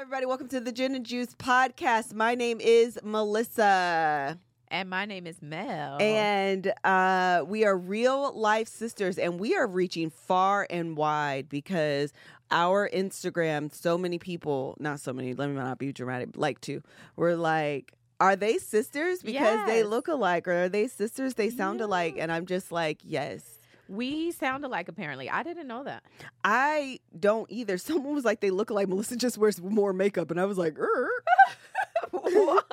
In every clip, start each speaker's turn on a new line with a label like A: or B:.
A: everybody. Welcome to the Gin and Juice podcast. My name is Melissa.
B: And my name is Mel.
A: And uh, we are real life sisters, and we are reaching far and wide because our Instagram, so many people, not so many, let me not be dramatic, like to, were like, are they sisters? Because they
B: Yes.
A: look alike, or are they sisters? They sound
B: Yeah.
A: alike. And I'm just like, yes.
B: we sound alike apparently. I didn't know that.
A: I don't either. Someone was like, they look alike. Melissa just wears more makeup. And I was like, er. what?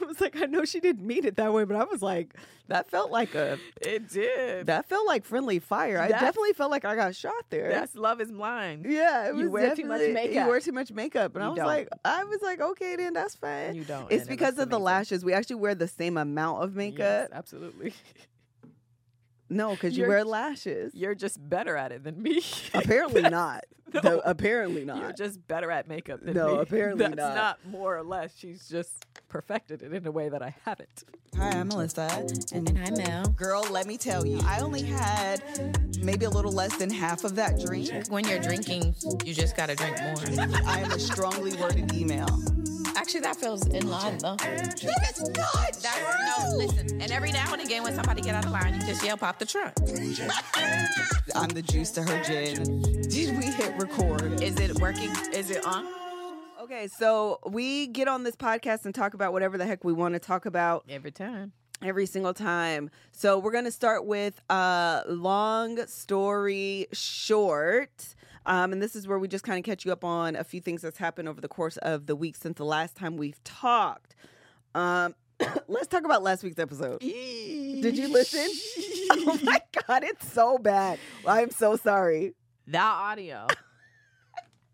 A: I was like, I know she didn't mean it that way, but I was like, that felt like a,
B: It did.
A: that felt like friendly fire. I
B: That's-
A: definitely felt like I got shot there.
B: love is blind.
A: yeah, it
B: You
A: was
B: wear too much
A: definitely-
B: makeup.
A: You wear too much makeup, and
B: You
A: I was
B: don't.
A: like, I was like, okay, then that's fine.
B: You don't.
A: it's because of the lashes. We actually wear the same amount of makeup.
B: absolutely.
A: No, because you
B: You're-
A: wear lashes.
B: You're just better at it than me.
A: Apparently not.
B: No.
A: Though, apparently not.
B: You're just better at makeup than
A: No,
B: me.
A: apparently
B: That's
A: not.
B: more or less. She's just perfected it in a way that I haven't.
C: Hi, I'm Melissa. And,
B: Hi, Mel.
C: girl, let me tell you, I only had maybe a little less than half of that drink.
D: When you're drinking, you just gotta drink more.
C: I am a strongly worded email.
D: Actually, that feels in line though.
C: That's not
D: That's no, listen. And every now and again, when somebody get out of line, you just yell, "Pop the trunk."
C: I'm the juice to her gin. Did we hit record?
D: Is it working? Is it on?
A: Okay, so we get on this podcast and talk about whatever the heck we want to talk about
B: Every time.
A: every single time. So we're going to start with uh, long story short. Um, and this is where we just kind of catch you up on a few things that's happened over the course of the week since the last time we've talked. Um, let's talk about last week's episode. Did
B: Did
A: you listen? Oh my God, it's so bad. I'm so sorry.
B: that audio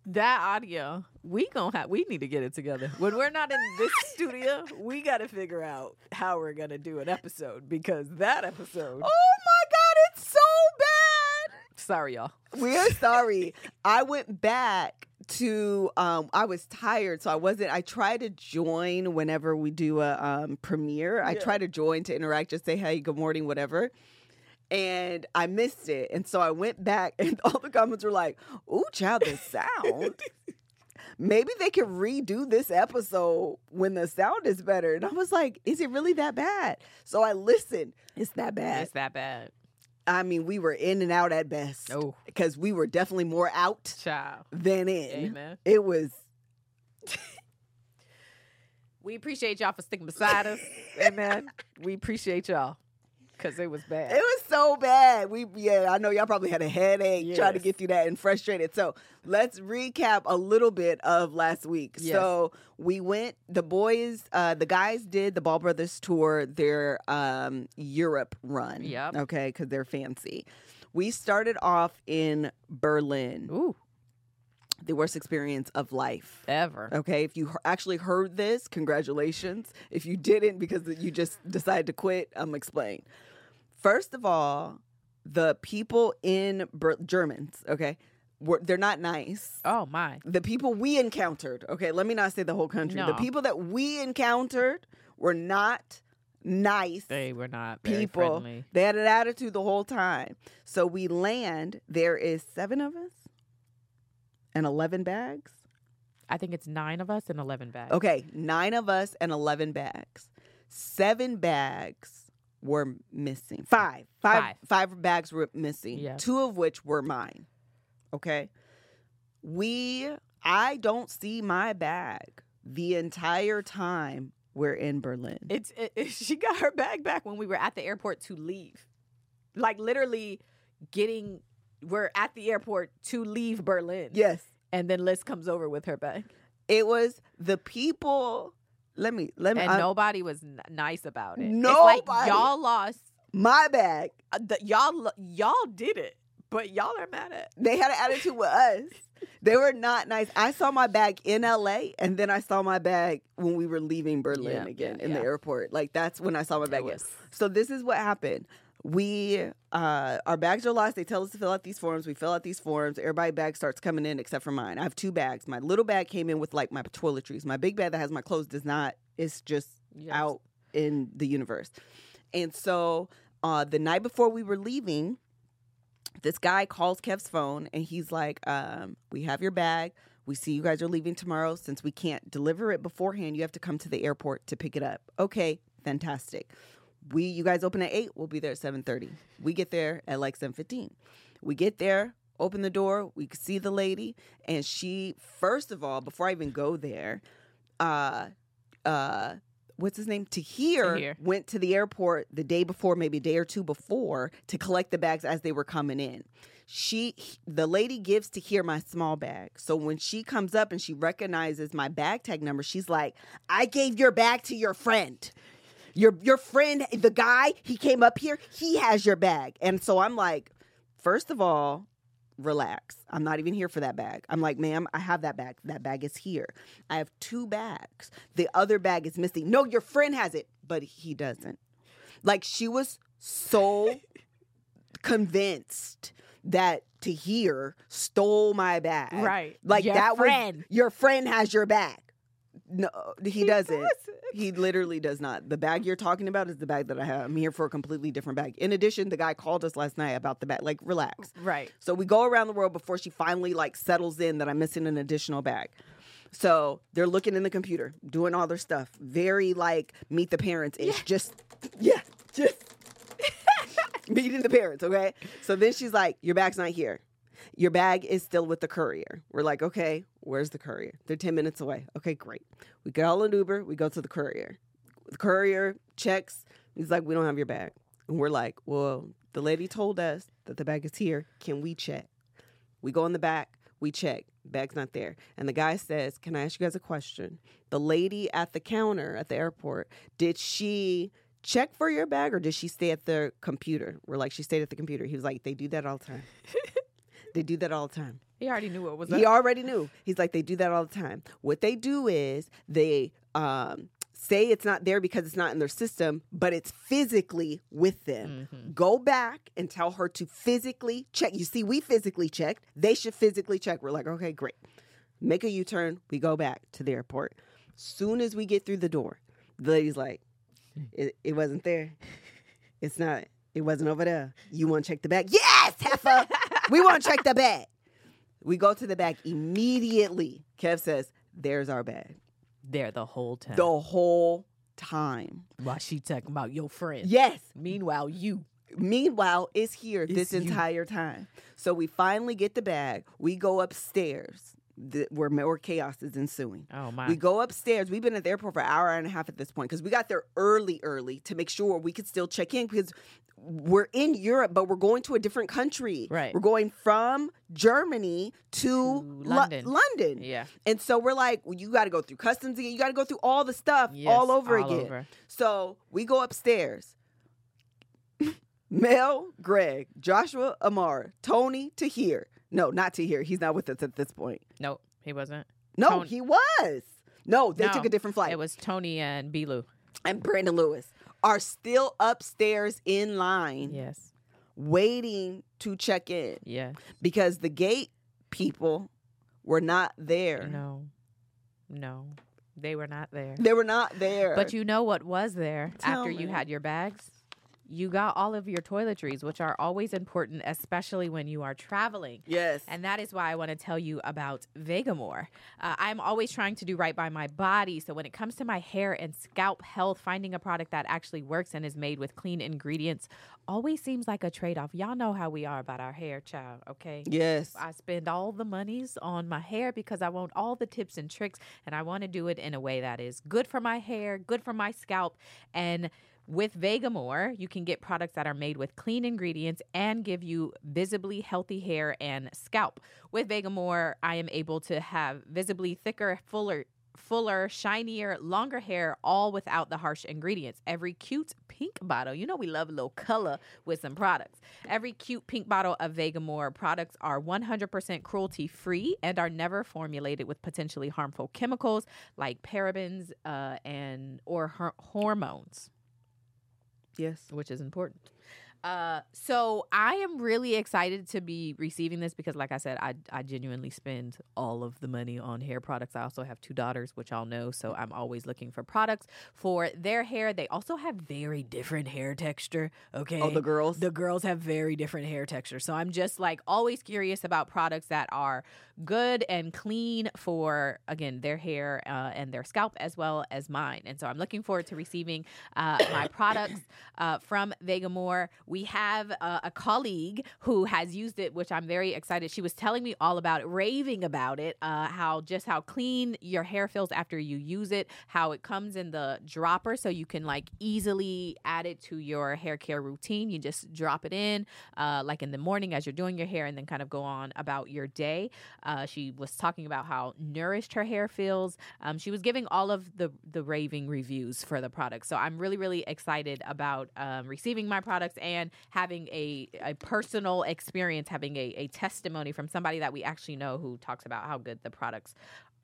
B: that audio we gonna have we need to get it together when we're not in this studio we gotta figure out how we're gonna do an episode because that
A: Oh
B: episode
A: my God, it's so bad.
B: sorry y'all
A: We're sorry. I went back to um I was tired so I wasn't I try to join whenever we do a um premiere. I
B: Yeah.
A: try to join to interact just say hey good morning whatever. And I missed it. And so I went back and all the comments were like, "Ooh, child, the sound. Maybe they can redo this episode when the sound is better." And I was like, "Is it really that bad?" So I listened. It's that bad.
B: it's that bad
A: I mean, we were in and out at best
B: oh
A: because we were definitely more out
B: child
A: than in.
B: amen
A: It was
B: we appreciate y'all for sticking beside us amen we appreciate y'all because it was
A: it
B: bad
A: was so bad. We yeah, I know y'all probably had a headache trying to
B: Yes.
A: get through that and frustrated. So let's recap a little bit of last week.
B: Yes.
A: So we went. The boys, uh, the guys did the Ball Brothers tour, their um, Europe run.
B: Yep.
A: Okay, because they're fancy. We started off in Berlin,
B: ooh
A: the worst experience of life.
B: ever
A: Okay, if you he- actually heard this, congratulations. If you didn't because you just decided to quit, I'm explain. First of all, the people in Ber- Germans, okay, were, they're not nice.
B: oh my
A: The people we encountered, okay, let me not say the whole country. The
B: No.
A: people that we encountered were not nice
B: they were not very
A: people.
B: friendly.
A: They had an attitude the whole time. So we land. There is seven of us and eleven bags.
B: i think it's nine of us and 11 bags
A: Okay, nine of us and 11 bags. Seven bags were missing. Five, five,
B: Five.
A: five bags were missing,
B: Yeah.
A: two of which were mine. Okay. We, I don't see my bag the entire time we're in Berlin.
B: It's it, it- she got her bag back when we were at the airport to leave. Like literally getting we're at the airport to leave Berlin.
A: yes.
B: And then Liz comes over with her bag.
A: It was the people. Let me, let me,
B: And
A: I-
B: nobody was n- nice about it. It's like
A: uh, Nobody.
B: y'all lost
A: my bag.
B: uh, the, y'all lo- y'all did it, but y'all are mad at.
A: They had an attitude with us. They were not nice. I saw my bag in LA and then I saw my bag when we were leaving Berlin
B: Yeah,
A: again
B: yeah,
A: in the
B: yeah.
A: airport. Like that's when I saw my bag.
B: It
A: again.
B: was-
A: So this is what happened. We uh our bags are lost. They tell us to fill out these forms. We fill out these forms. Everybody's bag starts coming in except for mine. I have two bags. My little bag came in with like my toiletries. My big bag that has my clothes does not. It's just
B: Yes.
A: out in the universe. And so uh, the night before we were leaving, this guy calls Kev's phone and he's like, um, "We have your bag. We see you guys are leaving tomorrow. Since we can't deliver it beforehand, you have to come to the airport to pick it up." Okay, fantastic. We you guys open at eight. We'll be there at seven thirty. We get there at like seven fifteen. We get there, open the door. We see the lady, and she first of all, before I even go there, uh, uh, what's his name? Tahir,
B: Tahir.
A: went to the airport the day before, maybe a day or two before, to collect the bags as they were coming in. She, he- the lady gives Tahir my small bag. So when she comes up and she recognizes my bag tag number, she's like, "I gave your bag to your friend." Your your friend, the guy, he came up here, he has your bag. And so I'm like, first of all, relax. I'm not even here for that bag. I'm like, ma'am, I have that bag. That bag is here. I have two bags. The other bag is missing. No, your friend has it, but he doesn't. Like she was so convinced that Tahir stole my bag.
B: Right.
A: Like
B: Your
A: that
B: friend.
A: was your friend has your bag. No, he, doesn't. He literally does not. The bag you're talking about is the bag that I have. I'm here for a completely different bag. In addition, the guy called us last night about the bag. Like, relax.
B: Right.
A: So we go around the world before she finally like settles in that I'm missing an additional bag. So they're looking in the computer, doing all their stuff. Very like meet the parents ish. Just yeah, just meeting the parents, okay? So then she's like, Your bag's not here. Your bag is still with the courier. We're like, okay, where's the courier? They're 10 minutes away. Okay, great. We call an Uber, we go to the courier. The courier checks. He's like, we don't have your bag. And we're like, well, the lady told us that the bag is here. Can we check? We go in the back, we check. Bag's not there. And the guy says, Can I ask you guys a question? The lady at the counter at the airport, did she check for your bag or did she stay at the computer? We're like, She stayed at the computer. He was like, They do that all the time. they do that all the time.
B: He already knew what was
A: He
B: up.
A: already knew. He's like, they do that all the time. What they do is they um, say it's not there because it's not in their system, but it's physically with them. Go back and tell her to physically check. You see, we physically checked. They should physically check. We're like, okay, great. Make a U turn. We go back to the airport. Soon as we get through the door, the lady's like, it, it wasn't there. It's not. It wasn't over there. You want to check the bag? Yes, heifer. we want to check the bag. We go to the bag immediately. Kev says, "There's our bag."
B: there the whole time.
A: The whole time.
B: While she talking about your friend.
A: Yes.
B: Meanwhile, you.
A: Meanwhile, it's here this
B: you.
A: entire time. So we finally get the bag. We go upstairs. The, where more chaos is ensuing.
B: Oh, my.
A: We go upstairs. We've been at the airport for an hour and a half at this point because we got there early, early to make sure we could still check in because we're in Europe, but we're going to a different country.
B: Right.
A: We're going from Germany to, Lo-
B: London.
A: London.
B: Yeah.
A: And so we're like, well, you got to go through customs again. You got to go through all the stuff
B: Yes,
A: all over
B: all
A: again.
B: over.
A: So we go upstairs. Mel, Greg, Joshua, Amar, Tony, Tahir. No, not Tahir. He's not with us at this point.
B: Nope, he wasn't.
A: No,
B: Tony-
A: he was. No, they
B: No,
A: took a different flight.
B: It was Tony and Bilu.
A: and Brandon Lewis are still upstairs in line
B: Yes.
A: waiting to check in
B: Yeah.
A: because the gate people were not there.
B: No. No. They were not there.
A: They were not there.
B: But you know what was there
A: Tell
B: after you
A: me.
B: had your bags? You got all of your toiletries, which are always important, especially when you are traveling.
A: Yes.
B: And that is why I want to tell you about Vegamore. Uh, I'm always trying to do right by my body. So when it comes to my hair and scalp health, finding a product that actually works and is made with clean ingredients always seems like a trade off. Y'all know how we are about our hair, child, okay?
A: yes.
B: I spend all the monies on my hair because I want all the tips and tricks and I want to do it in a way that is good for my hair, good for my scalp and with Vegamore, you can get products that are made with clean ingredients and give you visibly healthy hair and scalp. With Vegamore, I am able to have visibly thicker, fuller fuller, shinier, longer hair, all without the harsh ingredients. Every cute pink bottle, you know we love a little color with some products. Every cute pink bottle of Vegamore products are 100% cruelty free and are never formulated with potentially harmful chemicals like parabens uh, and or her- hormones
A: yes.
B: which is important. Uh, so I am really excited to be receiving this because, like I said, I I genuinely spend all of the money on hair products. I also have two daughters, which y'all know, so I'm always looking for products for their hair. They also have very different hair texture. Okay,
A: Oh, the girls.
B: the girls have very different hair texture. So I'm just like always curious about products that are good and clean for, again, their hair uh, and their scalp as well as mine. And so I'm looking forward to receiving uh, my products uh, from Vegamore. We have uh, a colleague who has used it, which I'm very excited. She was telling me all about it, raving about it, uh, how just how clean your hair feels after you use it, how it comes in the dropper so you can like easily add it to your hair care routine. You just drop it in uh, like in the morning as you're doing your hair and then kind of go on about your day. Uh, she was talking about how nourished her hair feels. Um, she was giving all of the, the raving reviews for the product. So I'm really, really excited about um, receiving my products and having a, a personal experience, having a, a testimony from somebody that we actually know who talks about how good the products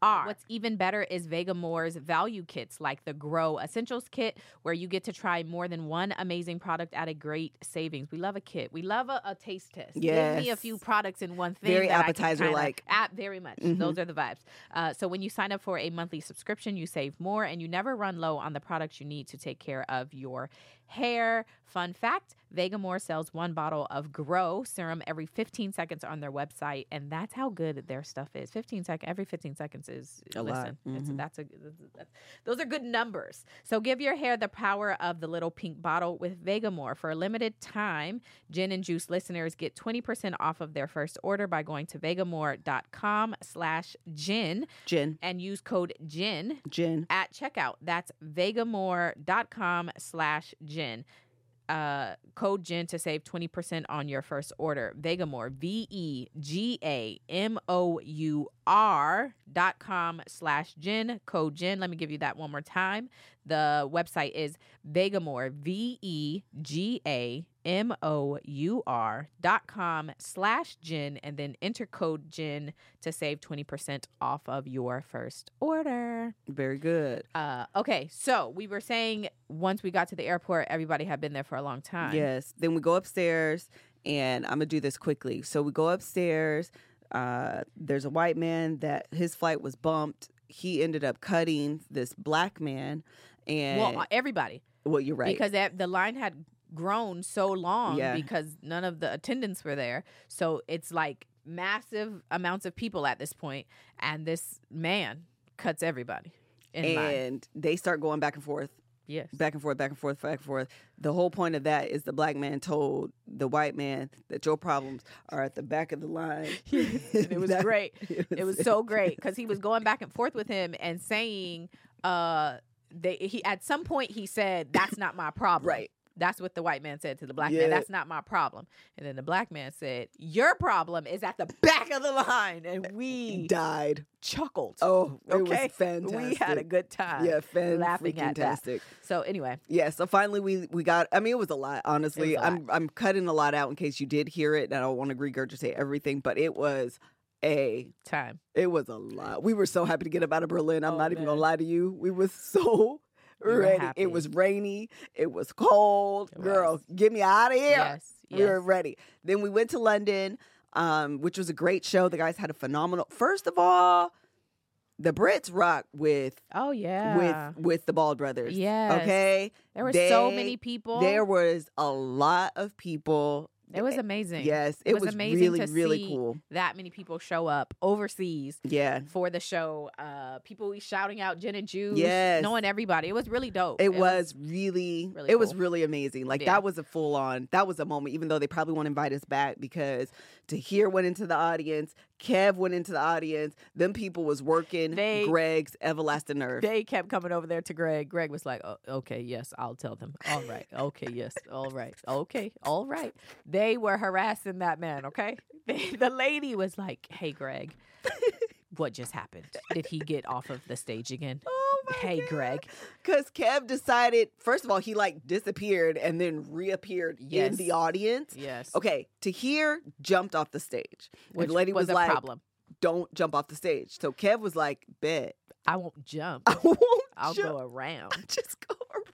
B: are. What's even better is Vega Moore's value kits, like the Grow Essentials kit, where you get to try more than one amazing product at a great savings. We love a kit. We love a, a taste test. Give me a
A: Yes.
B: few products in one thing.
A: Very
B: that I can
A: appetizer-like.
B: kinda- App very much.
A: Mm-hmm.
B: Those are the vibes. Uh, so when you sign up for a monthly subscription, you save more and you never run low on the products you need to take care of your hair. Fun fact: Vegamore sells one bottle of Grow serum every 15 seconds on their website, and that's how good their stuff is. 15 seconds every 15 seconds is
A: A lot. Mm-hmm.
B: listen, it's- that's a that's, those are good numbers. So give your hair the power of the little pink bottle with Vegamore for a limited time. Gin and Juice listeners get 20% off of their first order by going to vegamore.com slash gin
A: Jen,
B: and use code gin
A: Jen.
B: at checkout. That's vegamore.com slash gin. Uh, code gin to save 20% on your first order. Vegamore, V E G A M O U R dot com slash gin, code gin. Let me give you that one more time. The website is Vegamore, V E G A M O U R dot com slash gin, and then enter code gin to save 20% off of your first order.
A: Very good.
B: Uh, okay, so we were saying once we got to the airport, everybody had been there for a long time.
A: Yes. Then we go upstairs, and I'm gonna do this quickly. So we go upstairs. Uh, there's a white man that his flight was bumped. He ended up cutting this black man, and
B: Well,
A: well,
B: uh, everybody,
A: you're right.
B: because that, the line had grown so long
A: Yeah.
B: because none of the attendants were there. So it's like massive amounts of people at this point, and this man cuts everybody in line.
A: and they start going back and forth,
B: Yes.
A: back and forth, back and forth, back and forth. The whole point of that is the black man told the white man that your problems are at the back of the line.
B: and it was
A: That-
B: great.
A: it
B: It was
A: was-
B: so great because he was going back and forth with him and saying, uh, they, he at some point he said, "That's not my problem."
A: Right.
B: That's what the white man said to the black
A: Yeah.
B: man. That's not my problem. And then the black man said, "Your problem is at the back of the line." And we
A: died.
B: chuckled.
A: Oh, it
B: Okay.
A: was fantastic.
B: we had a good time.
A: yeah, fan
B: laughing at that.
A: fantastic.
B: So anyway,
A: Yeah, so finally we we got. I mean, it was a lot. Honestly,
B: It was a
A: I'm I'm cutting a lot out in case you did hear it. And I don't want to regurgitate everything, but it was a
B: time.
A: it was a lot. We were so happy to get up out of Berlin. I'm
B: Oh,
A: not even gonna
B: man.
A: lie to you. We were so
B: We were
A: ready.
B: happy.
A: It was rainy. It was cold.
B: It
A: Girl,
B: was.
A: get me out of here.
B: Yes.
A: We were
B: yes.
A: ready. Then we went to London, um, which was a great show. The guys had a phenomenal. First of all, the Brits rocked with
B: Oh yeah.
A: with with the Bald Brothers.
B: Yes.
A: Okay.
B: there were so
A: they-
B: many people.
A: There was a lot of people.
B: it was amazing.
A: Yes, it,
B: It was
A: was,
B: amazing
A: really,
B: to
A: really
B: see.
A: cool.
B: That many people show up overseas
A: Yeah,
B: for the show. Uh, people were shouting out Jen and Juice,
A: Yes.
B: knowing everybody. It was really dope.
A: it, was, really,
B: really
A: it was
B: cool.
A: really amazing. Like
B: Yeah.
A: that was a full on, that was a moment. Even though they probably won't invite us back because Tahir went into the audience, Kev went into the audience. Them people was working
B: They-
A: Greg's everlasting nerve.
B: They kept coming over there to Greg. Greg was like, oh, "Okay, yes, I'll tell them. All right, okay, yes, all right, okay, all right." They were harassing that man. Okay, the lady was like, "Hey, Greg, what just happened? Did he get off of the stage again?"
A: Oh my
B: Hey, Greg.
A: Because Kev decided, first of all, he like disappeared and then reappeared in
B: Yes.
A: the audience.
B: Yes.
A: Okay, Tahir jumped off the stage. And
B: Which
A: the lady
B: was,
A: was,
B: a
A: like,
B: problem.
A: don't jump off the stage. So Kev was like, bet.
B: I won't jump.
A: I won't
B: I'll
A: jump.
B: go around.
A: I just go around.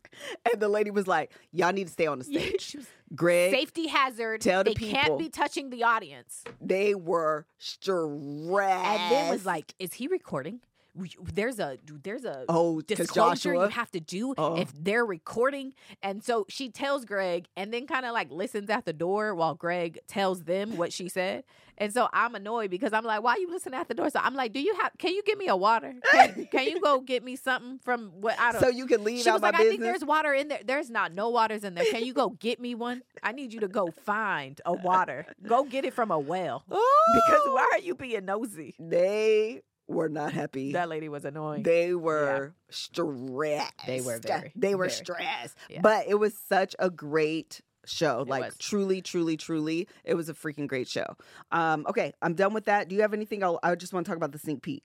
A: And the lady was like, y'all need to stay on the stage. Greg,
B: Safety hazard.
A: Tell the
B: they
A: people.
B: can't be touching the audience.
A: they were stressed.
B: And then was like, "Is he recording? W- There's a there's a
A: oh, because
B: disclosure
A: Joshua.
B: you have to do
A: Oh.
B: if they're recording." And so she tells Greg, and then kind of like listens at the door while Greg tells them what she said. And so I'm annoyed because I'm like, "Why you listening at the door?" So I'm like, "Do you have? Can you get me a water? Can, can you go get me something from what I don't?"
A: so you can leave
B: she
A: out
B: was
A: my
B: like, "I think
A: business.
B: there's water in there. There's not no waters in there. Can you go get me one? I need you to go find a water. Go get it from a well." Because why are you being nosy?
A: they were not happy.
B: That lady was annoying.
A: They were stressed.
B: They were very,
A: They were
B: very.
A: stressed.
B: Yeah.
A: But it was such a great show.
B: It
A: like
B: was.
A: truly, truly, truly, it was a freaking great show. Um, okay, I'm done with that. Do you have anything? I'll, I just want to talk about the sneak peek.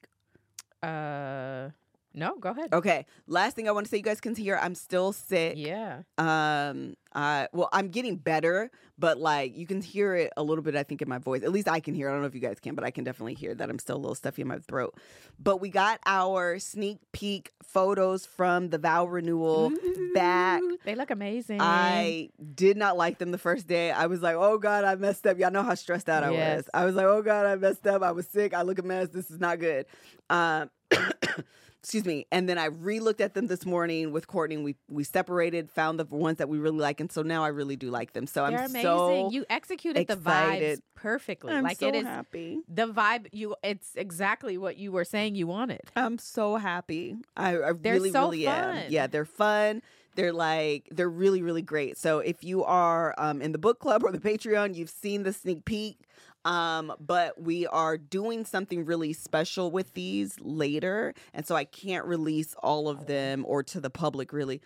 B: uh, no, go ahead.
A: Okay. Last thing I want to say, you guys can hear I'm still sick.
B: Yeah,
A: Um. I well, I'm getting better, but like you can hear it a little bit. I think in my voice, at least I can hear. it. I don't know if you guys can, but I can definitely hear that I'm still a little stuffy in my throat. But we got our sneak peek photos from the vow renewal back.
B: They look amazing.
A: I did not like them the first day. I was like, oh God, I messed up. Y'all know how stressed out I
B: Yes.
A: was. I was like, oh God, I messed up. I was sick. I look a mess. This is not good. Um, excuse me. And then I re looked at them this morning with Courtney. We we separated, found the ones that we really like. And so now I really do like them. So
B: They're
A: I'm
B: amazing.
A: so
B: you executed
A: excited.
B: the vibes perfectly.
A: I'm
B: like
A: so
B: it is
A: happy.
B: the vibe. You, it's exactly what you were saying you wanted.
A: I'm so happy. I, I
B: They're
A: really,
B: so
A: really am.
B: fun.
A: Yeah, they're fun. They're like they're really, really great. So if you are um, in the book club or the Patreon, you've seen the sneak peek. Um, but we are doing something really special with these later, and so I can't release all of them or to the public really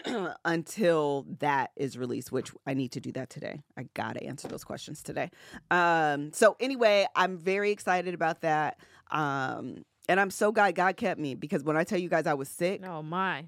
A: until that is released, which I need to do that today. I gotta answer those questions today. Um, so anyway, I'm very excited about that. Um, and I'm so glad God kept me because when I tell you guys I was sick,
B: No, my.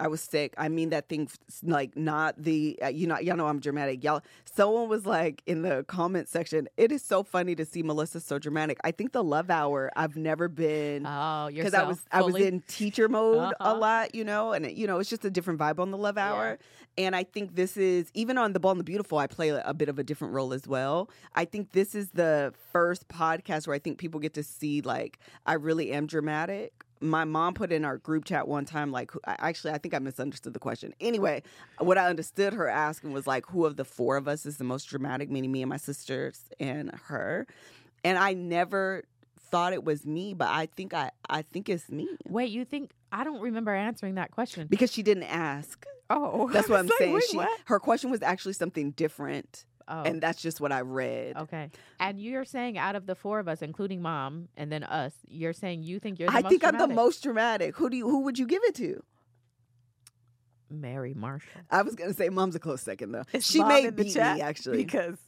A: I was sick. I mean that thing f- like not the uh, you know y'all know I'm dramatic. Y'all someone was like in the comment section, it is so funny to see Melissa so dramatic. I think the love hour I've never been
B: Oh, yourself.
A: because I was I was
B: fully.
A: in teacher mode Oh, a
B: Uh-huh.
A: lot, you know, and it, you know it's just a different vibe on the Love Hour, and I think this is even on the Ball and the Beautiful, I play a bit of a different role as well. I think this is the first podcast where I think people get to see like I really am dramatic. My mom put in our group chat one time, like, who- I- actually, I think I misunderstood the question. Anyway, what I understood her asking was, like, who of the four of us is the most dramatic, meaning me and my sisters and her. And I never thought it was me, but I think I I think it's me
B: Wait, you think I don't remember answering that question?
A: because she didn't ask.
B: oh,
A: That's what I'm
B: Like,
A: saying.
B: wait,
A: She,
B: what?
A: her question was actually something different,
B: Oh,
A: and that's just what I read.
B: okay. And you're saying out of the four of us, including mom and then us, you're saying you think you're. The
A: I
B: most
A: think I'm the
B: dramatic.
A: most dramatic. Who do you? Who would you give it to?
B: Mary Marshall.
A: I was gonna say mom's a close second though.
E: It's
A: she
E: Mom
A: may
E: in the
A: beat
E: chat
A: me actually.
E: because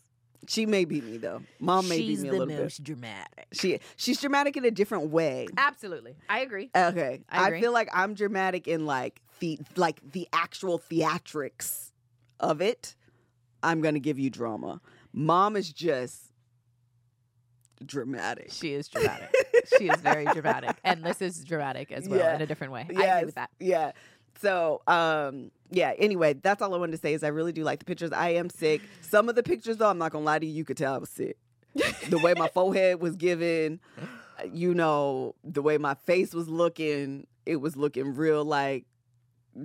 A: She may beat me though. Mom may beat
B: She's
A: me a
B: the
A: little bit.
B: most dramatic.
A: She she's dramatic in a different way.
B: Absolutely, I agree.
A: Okay,
B: I
A: I,
B: agree.
A: feel like I'm dramatic in like the like the actual theatrics of it. I'm gonna give you drama. Mom is just dramatic.
B: She is dramatic. she is very dramatic, and this is dramatic as well
A: Yeah.
B: in a different way. I
A: Yes,
B: agree with that.
A: Yeah. So, um, yeah. Anyway, that's all I wanted to say is I really do like the pictures. I am sick. Some of the pictures, though, I'm not gonna lie to you, you could tell I was sick. the way my forehead was given, you know, the way my face was looking, it was looking real like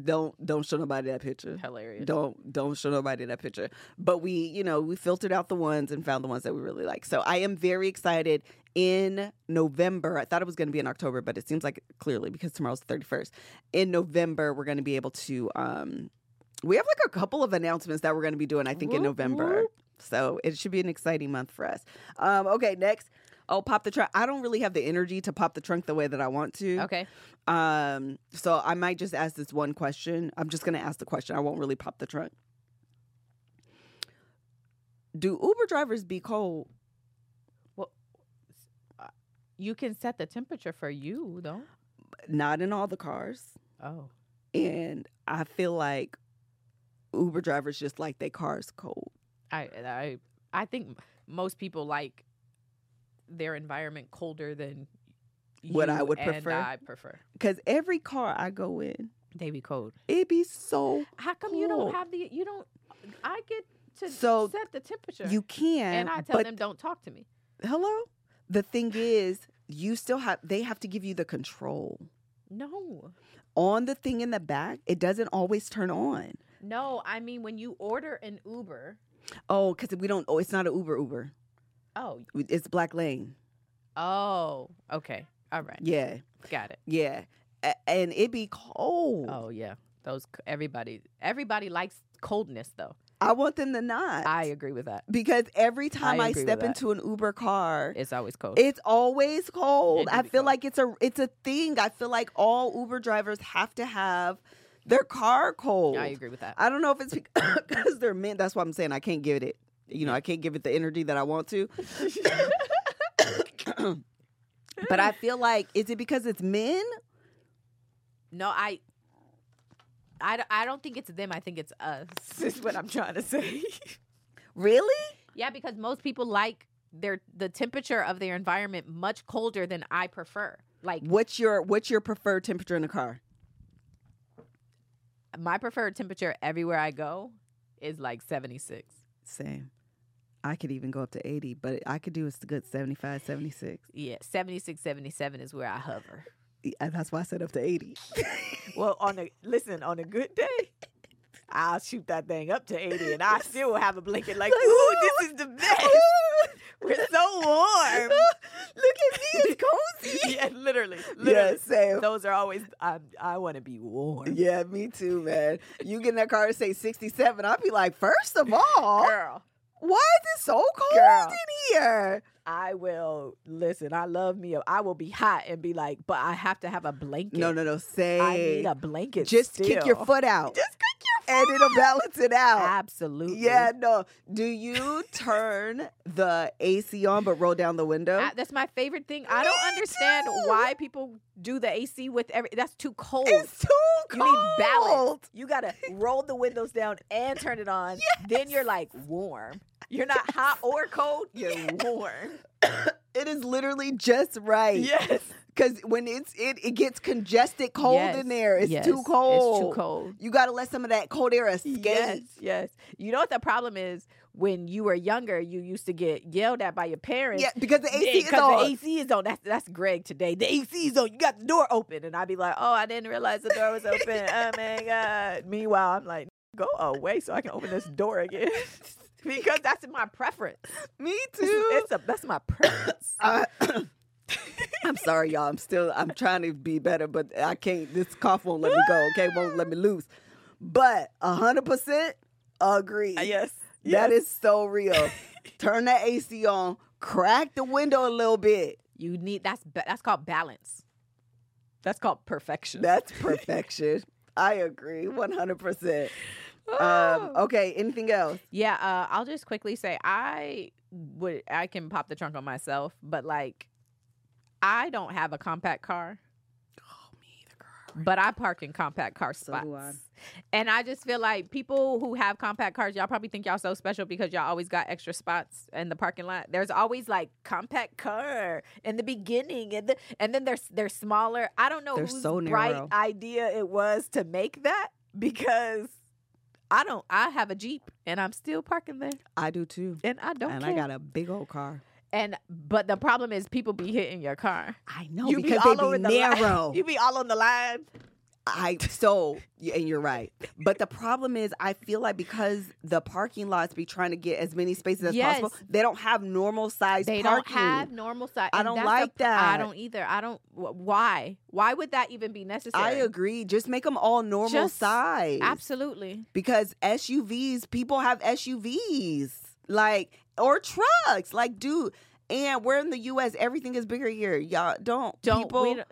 A: don't don't show nobody that picture.
B: Hilarious.
A: Don't don't show nobody that picture. But we, you know, we filtered out the ones and found the ones that we really like. So I am very excited in November. I thought it was going to be in October, but it seems like clearly because tomorrow's the 31st. In November, we're going to be able to um we have like a couple of announcements that we're going to be doing I think in
B: Whoop,
A: November.
B: whoop.
A: So it should be an exciting month for us. Um okay, next. Oh, pop the trunk. I don't really have the energy to pop the trunk the way that I want to.
B: Okay.
A: Um, so I might just ask this one question. I'm just gonna ask the question. I won't really pop the trunk. Do Uber drivers be cold?
B: You can set the temperature for you, though.
A: Not in all the cars.
B: Oh.
A: And I feel like Uber drivers just like their cars cold.
B: I I I think most people like their environment colder than
A: What I
B: you
A: would
B: and
A: prefer.
B: I prefer.
A: Cause every car I go in
B: They be cold.
A: It be so
B: How come you don't
A: Cold.
B: have the you don't I get to
A: So,
B: set the temperature.
A: you can.
B: and I tell
A: but
B: them don't talk to me.
A: hello. The thing is, you still have. They have to give you the control
B: No.
A: on the thing in the back. It doesn't always turn on.
B: No, I mean when you order an Uber.
A: Oh, because we don't. Oh, it's not an Uber. Uber.
B: Oh.
A: It's Black Lane.
B: Oh. Okay. All right.
A: Yeah,
B: Got it.
A: yeah. A- and it be cold.
B: Oh yeah. Those c- everybody everybody likes coldness though.
A: I want them to not.
B: I agree with that.
A: because every time I,
B: agree with
A: step
B: that.
A: into an Uber car,
B: It's always cold.
A: It's always cold.
B: It do
A: I
B: be
A: feel
B: cold.
A: like it's a it's a thing. I feel like all Uber drivers have to have their car cold.
B: I agree with that.
A: I don't know if it's because they're men. That's why I'm saying I can't give it it. You know, I can't give it the energy that I want to. but I feel like is it because it's men?
B: No, I, I, d- I don't think it's them. I think it's us. Is what I'm trying to say.
A: Really?
B: yeah, because most people like their the temperature of their environment much colder than I prefer. Like
A: What's your what's your preferred temperature in a car?
B: my preferred temperature everywhere I go is like 76.
A: Same. I could even go up to 80, but I could do a good 75, 76.
B: Yeah, 76, 77 is where I hover.
A: And uh, that's why I said up to 80.
E: Well, on a listen, on a good day, I'll shoot that thing up to eighty, and I still have a blanket like, ooh, this is the best. We're so warm.
A: Look at me, it's cozy.
E: yeah, literally,
A: yeah,
E: literally.
A: same.
E: Those are always.
B: um,
E: I, I want to be warm.
A: Yeah, me too, man. You get in that car and say 67, I'll be like, first of all,
E: Girl,
A: why is it so cold
E: Girl.
A: in here?
E: I will listen. I love me. a- I will be hot and be like, but I have to have a blanket.
A: No, no, no, say.
E: I need a blanket.
A: just kick your
E: still.
A: foot out. Just kick your foot And it'll balance it out.
B: Absolutely.
A: Yeah, no. Do you turn the AC on but roll down the window?
B: I- that's my favorite thing. I don't understand
A: too.
B: why people do the AC with every. That's too cold.
A: it's too
B: You
A: cold.
B: need balance. You gotta roll the windows down and turn it on. Then you're like warm. You're not hot or cold. You're warm.
A: It is literally just right.
E: Yes.
A: Because when it's it it gets congested cold
B: Yes.
A: in there. It's
B: Yes.
A: too cold.
B: It's too cold.
A: You gotta let some of that cold air escape.
E: Yes.
B: Yes. You know what the problem is? When you were younger, you used to get yelled at by your parents.
A: Yeah, because the AC is
B: because
A: on.
B: the AC is on. That's that's Greg today. The AC is on. You got the door open, and I'd be like, "Oh, I didn't realize the door was open. oh my god!" Meanwhile, I'm like,
E: Go away so I can open this door again.
B: because that's my preference.
A: Me too.
B: It's a that's my preference.
A: I- I'm sorry, y'all. I'm still I'm trying to be better, but I can't. This cough won't let me go. Okay, won't let me loose. But hundred percent
B: Uh,
A: agree.
E: yes.
A: That is so real. Turn that AC on. Crack the window a little bit.
B: you need that's ba- that's called balance.
E: That's called perfection.
A: That's perfection. I agree, one hundred percent.
B: Oh.
A: Um, okay, anything else?
B: Yeah, uh, I'll just quickly say I would I can pop the trunk on myself, but like I don't have a compact car. Oh, me either, girl. But I park in compact car spots.
A: do
B: And I just feel like people who have compact cars, y'all probably think y'all so special because y'all always got extra spots in the parking lot. There's always like compact car in the beginning and the, and then there's they're smaller. I don't know
A: They're
B: whose
A: so
B: bright
A: narrow.
B: idea it was to make that because I don't I have a Jeep and I'm still parking there
A: I do too,
B: and I don't
A: and
B: care.
A: I got a big old car.
B: and but the problem is people be hitting your car.
A: I know
B: You be
A: because
B: all
A: they
B: over
A: be
B: the line.
A: narrow.
E: You be all on the line.
A: I so y- and you're right, but the problem is I feel like because the parking lots be trying to get as many spaces as
B: Yes.
A: possible, they don't have normal size.
B: They
A: parking.
B: don't have normal size.
A: I
B: and
A: don't
B: that's
A: like
B: the pr- I
A: that.
B: don't either. I don't. wh- Why? Why would that even be necessary?
A: I agree. Just make them all normal
B: Just-
A: size.
B: Absolutely.
A: because SUVs, people have SUVs, like or trucks, like dude. And we're in the U.S. Everything is bigger here, y'all. Don't
B: Don't.
A: people
B: we don't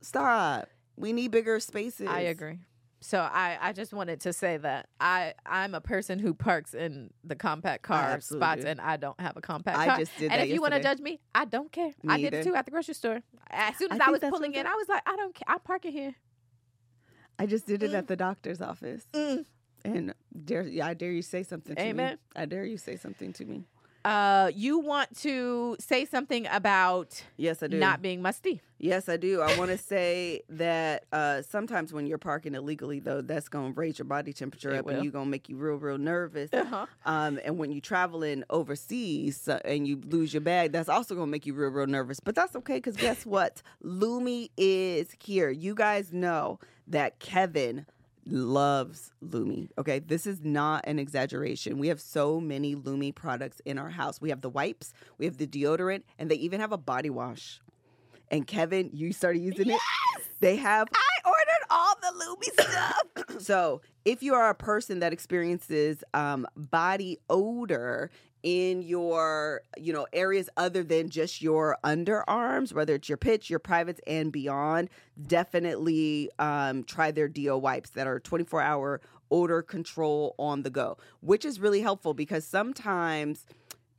A: stop? We need bigger spaces.
B: I agree. So I, I just wanted to say that I I'm a person who parks in the compact car spots
A: absolutely.
B: and I don't have a compact
A: I
B: car.
A: just did
B: and
A: that
B: if you want to
A: yesterday.
B: judge me, I don't care.
A: Me
B: I did
A: either.
B: it too at the grocery store. As soon
A: I
B: as I,
A: think
B: was
A: that's
B: pulling
A: what
B: in, I was like, I don't care. I'm parking here.
A: I just did it
B: Mm.
A: at the doctor's Mm. office. And dare, I dare you say something to
B: Amen.
A: me. I dare you say something to me.
B: Uh, you want to say something about
A: Yes, I do.
B: not being musty?
A: Yes, I do. I want to say that uh, sometimes when you're parking illegally, though, that's going to raise your body temperature
B: It
A: up
B: will.
A: and you're going to make you real, real nervous.
B: Uh-huh.
A: Um, and when you're traveling overseas uh, and you lose your bag, that's also going to make you real, real nervous. But that's okay because guess what? Lumi is here. You guys know that Kevin loves Lumi. Okay, this is not an exaggeration. We have so many Lumi products in our house. We have the wipes, we have the deodorant, and they even have a body wash and Kevin, you started using it. They have. I ordered all the Lumi stuff. so if you are a person that experiences um, body odor in your you know areas other than just your underarms whether it's your pitch your privates and beyond definitely um, try their do wipes that are 24 hour odor control on the go which is really helpful because sometimes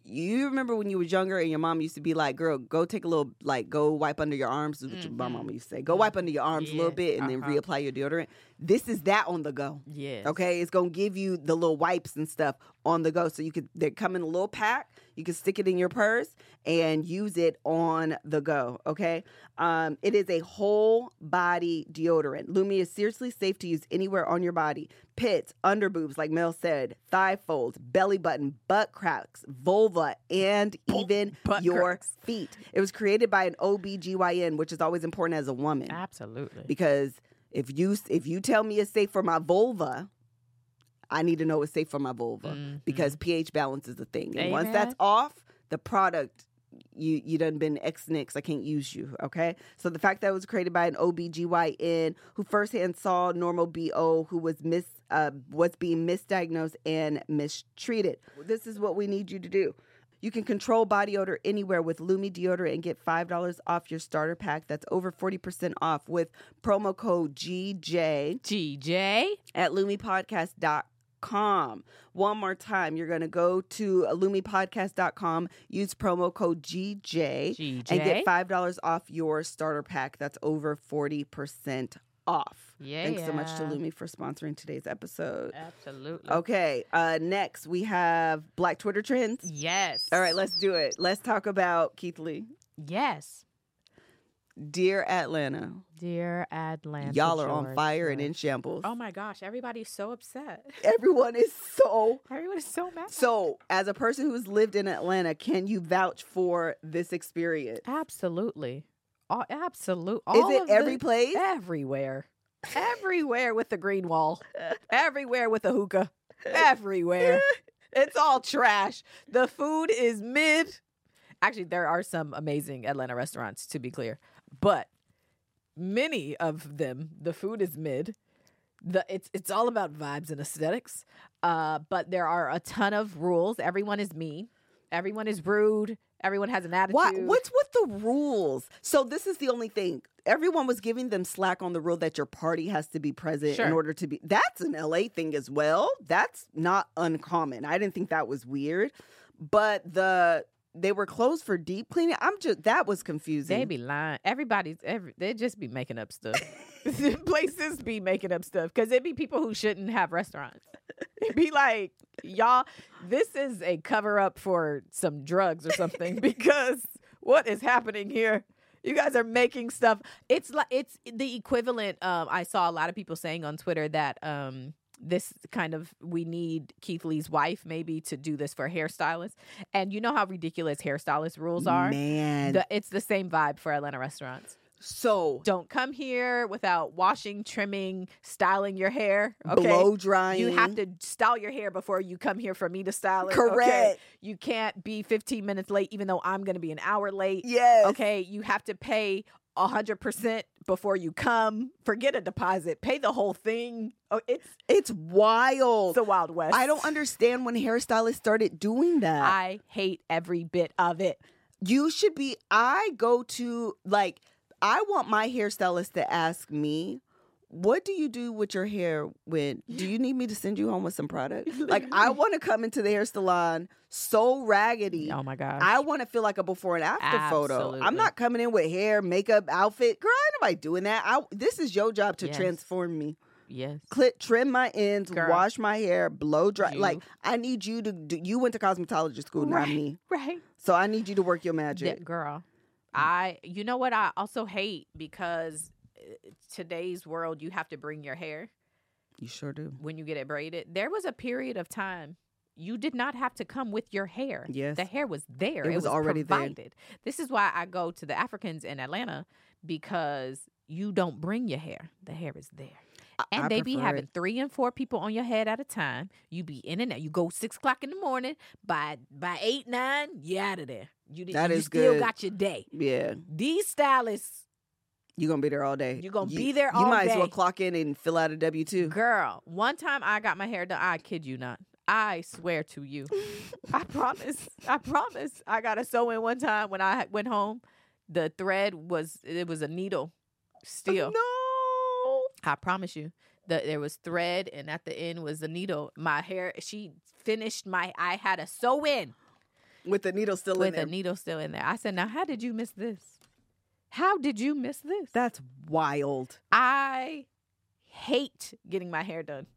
A: you remember when you was younger and your mom used to be like, "Girl, go take a little like go wipe under your arms." Is what your my mom used to say. Go wipe under your arms a little
B: Yes.
A: bit and
E: uh-huh.
A: then reapply your deodorant. This is that on the go.
B: Yes.
A: Okay, it's gonna give you the little wipes and stuff on the go, so you could they come in a little pack. You can stick it in your purse and use it on the go. Okay, um, it is a whole body deodorant. Lumi is seriously safe to use anywhere on your body: pits, under boobs, like Mel said, thigh folds, belly button, butt cracks, vulva, and even
E: butt
A: your
E: cracks.
A: feet. It was created by an OBGYN, which is always important as a woman
B: Absolutely.
A: because if you if you tell me it's safe for my vulva, I need to know it's safe for my vulva
B: Mm. Mm-hmm.
A: because pH balance is a thing. And once that's off, the product you you done been ex nix. I can't use you. Okay. So the fact that it was created by an OBGYN who firsthand saw normal BO who was mis uh, was being misdiagnosed and mistreated. This is what we need you to do. You can control body odor anywhere with Lumi deodorant and get $5 off your starter pack. That's over 40% off with promo code GJ
B: GJ.
A: at lumipodcast.com. One more time, you're going to go to lumipodcast.com, use promo code GJ,
B: GJ.
A: and get $5 off your starter pack. That's over 40% off. Thanks so much to
B: Yeah.
A: Lumi for sponsoring today's episode.
B: Absolutely.
A: Okay, uh, next we have Black Twitter Trends.
B: Yes.
A: All right, let's do it. Let's talk about Keith Lee.
B: Yes.
A: Dear Atlanta,
B: Dear Atlanta.
A: y'all are on
B: Georgia.
A: fire and in shambles.
B: Oh my gosh, everybody's so upset.
A: Everyone is so
B: Everyone is so mad.
A: So, as a person who's lived in Atlanta, can you vouch for this experience?
B: Absolutely. All, absolute.
A: Is
B: All
A: it
B: of the-
A: every place?
E: Everywhere. Everywhere with the green wall. Everywhere with the hookah. Everywhere. It's all trash. The food is mid. Actually, there are some amazing Atlanta restaurants, to be clear, but many of them, the food is mid. The, it's it's all about vibes and aesthetics,
B: Uh, but there are a ton of rules. Everyone is mean. Everyone is rude. Everyone has an attitude.
A: Why, what's with the rules? So, this is the only thing. Everyone was giving them slack on the rule that your party has to be present in
B: Sure.
A: order to be. That's an LA thing as well. That's not uncommon. I didn't think that was weird, but the they were closed for deep cleaning. I'm just that was confusing.
B: They be lying. Everybody's every they just be making up stuff. Places be making up stuff because it be people who shouldn't have restaurants. It be like y'all, this is a cover up for some drugs or something because what is happening here? You guys are making stuff.
E: it's
B: It's like it's the equivalent. Um, I saw a lot of people saying on Twitter that um this kind of we need Keith Lee's wife maybe to do this for hairstylists, and you know how ridiculous hairstylist rules are.
A: Man,
B: The, it's the same vibe for Atlanta restaurants
A: so
B: don't come here without washing, trimming, styling your hair. Okay.
A: blow drying.
B: You have to style your hair before you come here for me to style it. okay?
A: correct.
B: You can't be 15 minutes late, even though I'm going to be an hour late.
A: Yes.
B: Okay. You have to pay 100% before you come. Forget a deposit. Pay the whole thing. Oh, it's,
A: It's wild.
B: it's the Wild West.
A: I don't understand when hairstylists started doing that.
B: I hate every bit of it.
A: you should be. I go to like. I want my hairstylist to ask me, "What do you do with your hair? When do you need me to send you home with some product?" like I want to come into the hair salon so raggedy.
B: Oh my gosh.
A: I want to feel like a before and after photo. I'm
B: Absolutely.
A: not coming in with hair, makeup, outfit. Girl, ain't nobody doing that. I, this is your job to
B: Yes.
A: transform me.
B: Yes.
A: clit, trim my ends,
B: Girl.
A: wash my hair, blow dry.
B: You.
A: Like I need you to do. You went to cosmetology school, not
B: Right.
A: me.
B: Right.
A: So I need you to work your magic.
B: That girl. I you know what I also hate because uh, today's world you have to bring your hair
A: You sure do.
B: when you get it braided. There was a period of time you did not have to come with your hair.
A: Yes.
B: The hair was there.
A: It was already there.
B: provided. This is why I go to the Africans in Atlanta because you don't bring your hair. The hair is there.
A: I-
B: And
A: I
B: they be
A: prefer
B: having
A: it.
B: three and four people on your head at a time. You be in and out. You go six o'clock in the morning. By by eight, nine, you out of there. You, did,
A: That
B: you
A: is
B: still
A: good.
B: got your day.
A: Yeah,
B: These stylists,
A: you're gonna be there all day.
B: You gonna
A: You-
B: be there
A: You
B: all
A: might as well
B: day.
A: clock in and fill out a W two.
B: girl. One time I got my hair done. I kid you not. I swear to you. I promise. I promise. I got a sew in one time when I went home. The thread was it was a needle. Still.
A: No.
B: I promise you. The, there was thread and at the end was the needle. My hair she finished my I had a sew in
A: With the needle still in
B: with
A: there.
B: a needle still in there. I said, Now how did you miss this? How did you miss this?
A: That's wild.
B: I hate getting my hair done.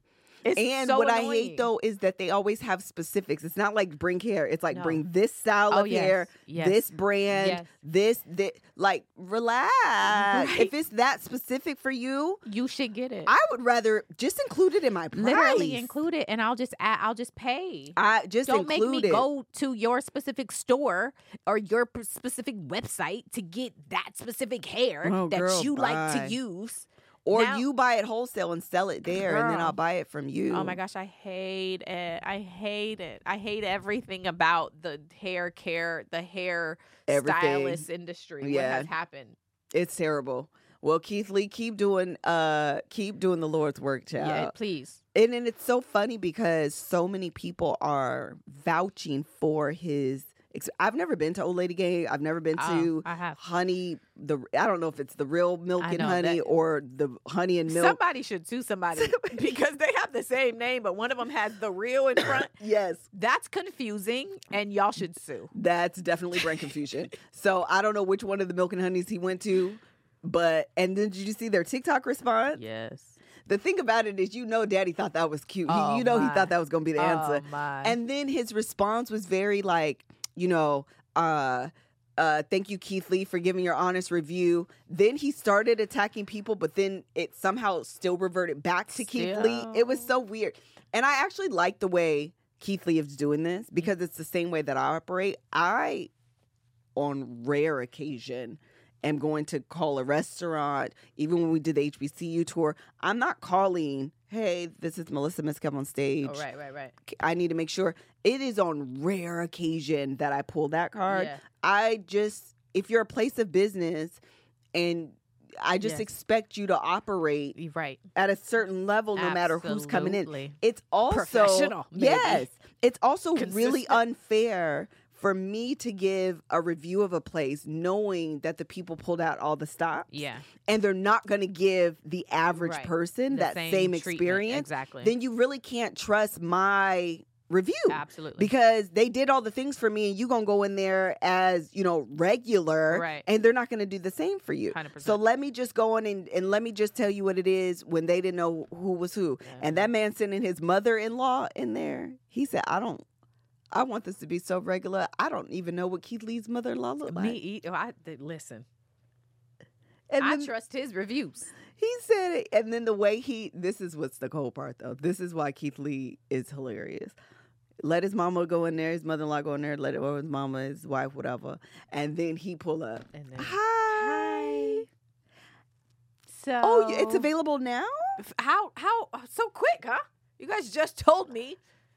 B: It's
A: And
B: so
A: what I
B: annoying.
A: hate though is that they always have specifics. It's not like bring hair. It's like
B: No.
A: bring this style
B: Oh,
A: of
B: yes.
A: hair,
B: Yes.
A: this brand,
B: Yes.
A: this, this. Like, relax. If
B: Right.
A: it's that specific for you,
B: you should get it.
A: I would rather just include it in my price.
B: literally include it, and I'll just add, I'll just pay.
A: I just
B: Don't make
A: include
B: me
A: it.
B: go to your specific store or your p- specific website to get that specific hair
A: Oh,
B: that
A: girl,
B: you like
A: bye.
B: to use.
A: or
B: now-
A: you buy it wholesale and sell it there, and then
B: Girl.
A: I'll buy it from you.
B: Oh my gosh, I hate it. I hate it. I hate everything about the hair care, the hair
A: Everything.
B: stylist industry. What
A: Yeah.
B: has happened?
A: It's terrible. Well, Keith Lee, keep doing, uh, keep doing the Lord's work, child.
B: Yeah, please.
A: And then it's so funny because so many people are vouching for his. ex- I've never been to Old Lady Gang. I've never been
B: Oh,
A: to
B: I have.
A: Honey. The I don't know if it's the real milk
B: I
A: and
B: know,
A: honey
B: that-
A: or the honey and milk.
B: Somebody should sue somebody because they have the same name, but one of them has the real in front.
A: yes,
B: That's confusing, and y'all should sue.
A: that's definitely brain confusion. so I don't know which one of the milk and honeys he went to. But and then did you see their TikTok response?
B: Yes.
A: The thing about it is, you know, Daddy thought that was cute. He-
B: Oh,
A: you know, he
B: my.
A: thought that was going to be the answer.
B: Oh my.
A: And then his response was very like, you know, uh, uh, thank you, Keith Lee, for giving your honest review. Then he started attacking people, but then it somehow still reverted back to Keith Lee. It was so weird. And I actually like the way Keith Lee is doing this because it's the same way that I operate. I, on rare occasion, am going to call a restaurant. Even when we did the HBCU tour, I'm not calling, hey, this is Melissa Miscub on stage.
B: Oh, right, right, right.
A: I need to make sure it is on rare occasion that I pull that card.
B: Yeah.
A: I just if you're a place of business and I just
B: Yes.
A: expect you to operate
B: You're right.
A: at a certain level no matter who's coming in.
B: Absolutely.
A: It's also
B: Professional, maybe.
A: yes. It's also really
B: Consistent.
A: unfair for me to give a review of a place knowing that the people pulled out all the stops
B: Yeah.
A: and they're not going to give the average
B: Right.
A: person
B: The
A: that
B: same
A: same,
B: treatment,
A: experience
B: exactly.
A: then you really can't trust my review
B: Absolutely.
A: because they did all the things for me and you going to go in there as you know regular
B: Right.
A: and they're not going to do the same for you
B: 100%.
A: so let me just go on and, and let me just tell you what it is when they didn't know who was who and that man sending his mother-in-law in there he said i don't i want this to be so regular i don't even know what keith lee's mother-in-law looked like
B: me eat. Oh, I th- listen.
A: and
B: I
A: then-
B: trust his reviews.
A: He said it, and then the way he. This is what's the cold part, though. This is why Keith Lee is hilarious. Let his mama go in there, his mother-in-law go in there, let it or his mama, his wife, whatever, and then he pull up.
B: And then,
A: Hi.
B: so
A: Oh, you- it's available now.
B: f- How how so quick, huh? You guys just told me,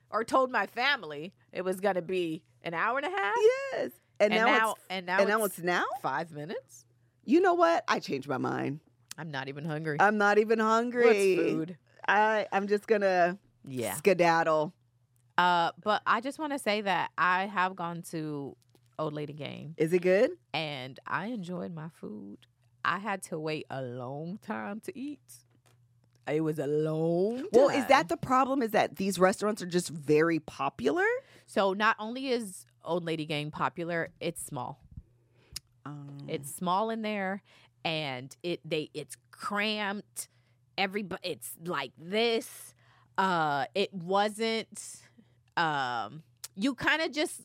B: or told my family it was gonna be an hour and a half.
A: Yes, and, now, it's
B: and now
A: and now
B: it's
A: it's now.
B: five minutes.
A: You know what? I changed my mind.
B: I'm not even hungry.
A: I'm not even hungry.
B: What's food?
A: I I'm just gonna
B: Yeah.
A: skedaddle.
B: Uh, but I just want to say that I have gone to Old Lady Game
A: Is it good?
B: and I enjoyed my food. I had to wait a long time to eat. It was a long.
A: Well, is
B: time.
A: that the problem? Is that these restaurants are just very popular?
B: so? Not only is Old Lady Game popular, it's small.
A: Um, Mm.
B: It's small in there, and it they it's cramped, everybody it's like this uh it wasn't um you kind of just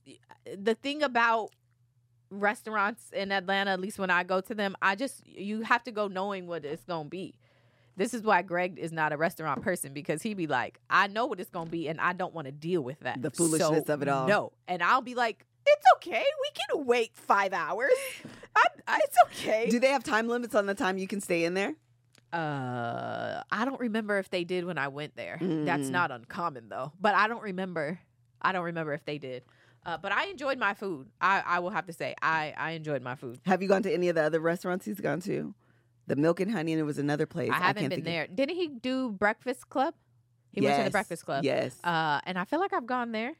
B: the thing about restaurants in Atlanta at least when I go to them I just you have to go knowing what it's going to be this is why Greg is not a restaurant person because he be like I know what it's going to be and I don't want to deal with that
A: The foolishness
B: So,
A: of it all.
B: no and I'll be like it's okay we can wait 5 hours I, I, it's okay
A: Do they have time limits on the time you can stay in there?
B: uh, I don't remember if they did when I went there. That's
A: Mm.
B: not uncommon though. But I don't remember. I don't remember if they did. Uh, but I enjoyed my food. I, I will have to say I, I enjoyed my food.
A: Have you gone to any of the other restaurants he's gone to? The Milk and Honey, and it was another place.
B: I haven't
A: can't
B: been
A: think of-
B: there. Didn't he do Breakfast Club? He went to the
A: Yes,
B: Breakfast Club.
A: Yes.
B: Uh, and I feel like I've gone there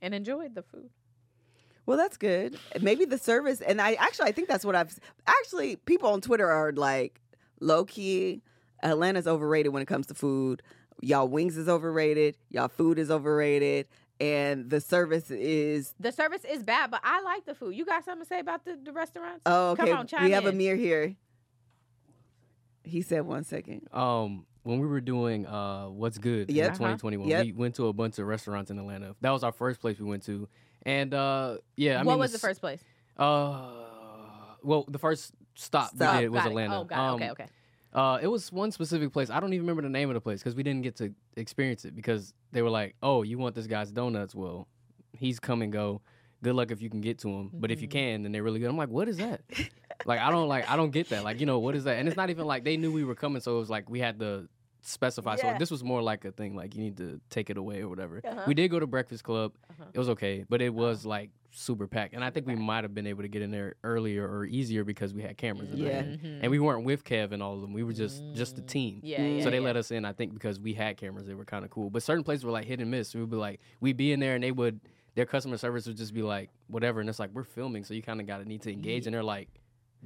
B: and enjoyed the food.
A: Well, that's good. Maybe the service, and I actually I think that's what I've actually people on Twitter are like low key. Atlanta's overrated when it comes to food. Y'all wings is overrated. Y'all food is overrated, and the service is
B: The service is bad, but I like the food. You got something to say about the, the restaurants?
A: oh
B: Come
A: okay.
B: on, chime
A: we have
B: in.
A: Amir here. He said one second.
F: Um, when we were doing uh, what's good
A: Yep.
F: in 2021,
A: Yep.
F: we went to a bunch of restaurants in Atlanta. That was our first place we went to, and uh, yeah, I
B: what
F: mean,
B: was the
F: s-
B: first place?
F: Uh, well, the first stop,
A: Stop.
F: we did was
B: Got it.
F: Atlanta.
B: Oh, got it.
F: Um,
B: okay, okay.
F: Uh, it was one specific place. I don't even remember the name of the place because we didn't get to experience it because they were like, "Oh, you want this guy's donuts? Well, he's come and go. Good luck if you can get to him. But
B: Mm-hmm.
F: if you can, then they're really good." I'm like, "What is that?" like I don't like I don't get that. Like you know what is that? And it's not even like they knew we were coming, so it was like we had to specify.
B: Yeah.
F: So this was more like a thing like you need to take it away or whatever.
B: Uh-huh.
F: We did go to Breakfast Club.
B: Uh-huh.
F: It was okay, but it was like super packed, and I think we
B: packed.
F: might have been able to get in there earlier or easier because we had cameras. In
A: Yeah.
F: there
B: Mhm.
F: and we weren't with Kev and all of them. We were just just the
B: Mm,
F: team.
B: yeah, yeah.
F: so they
B: yeah.
F: let us in, I think, because we had cameras. They were kind of cool. But certain places were like hit and miss. We would be like, we'd be in there, and they would their customer service would just be like whatever, and it's like we're filming, so you kind of got to need to engage. And they're like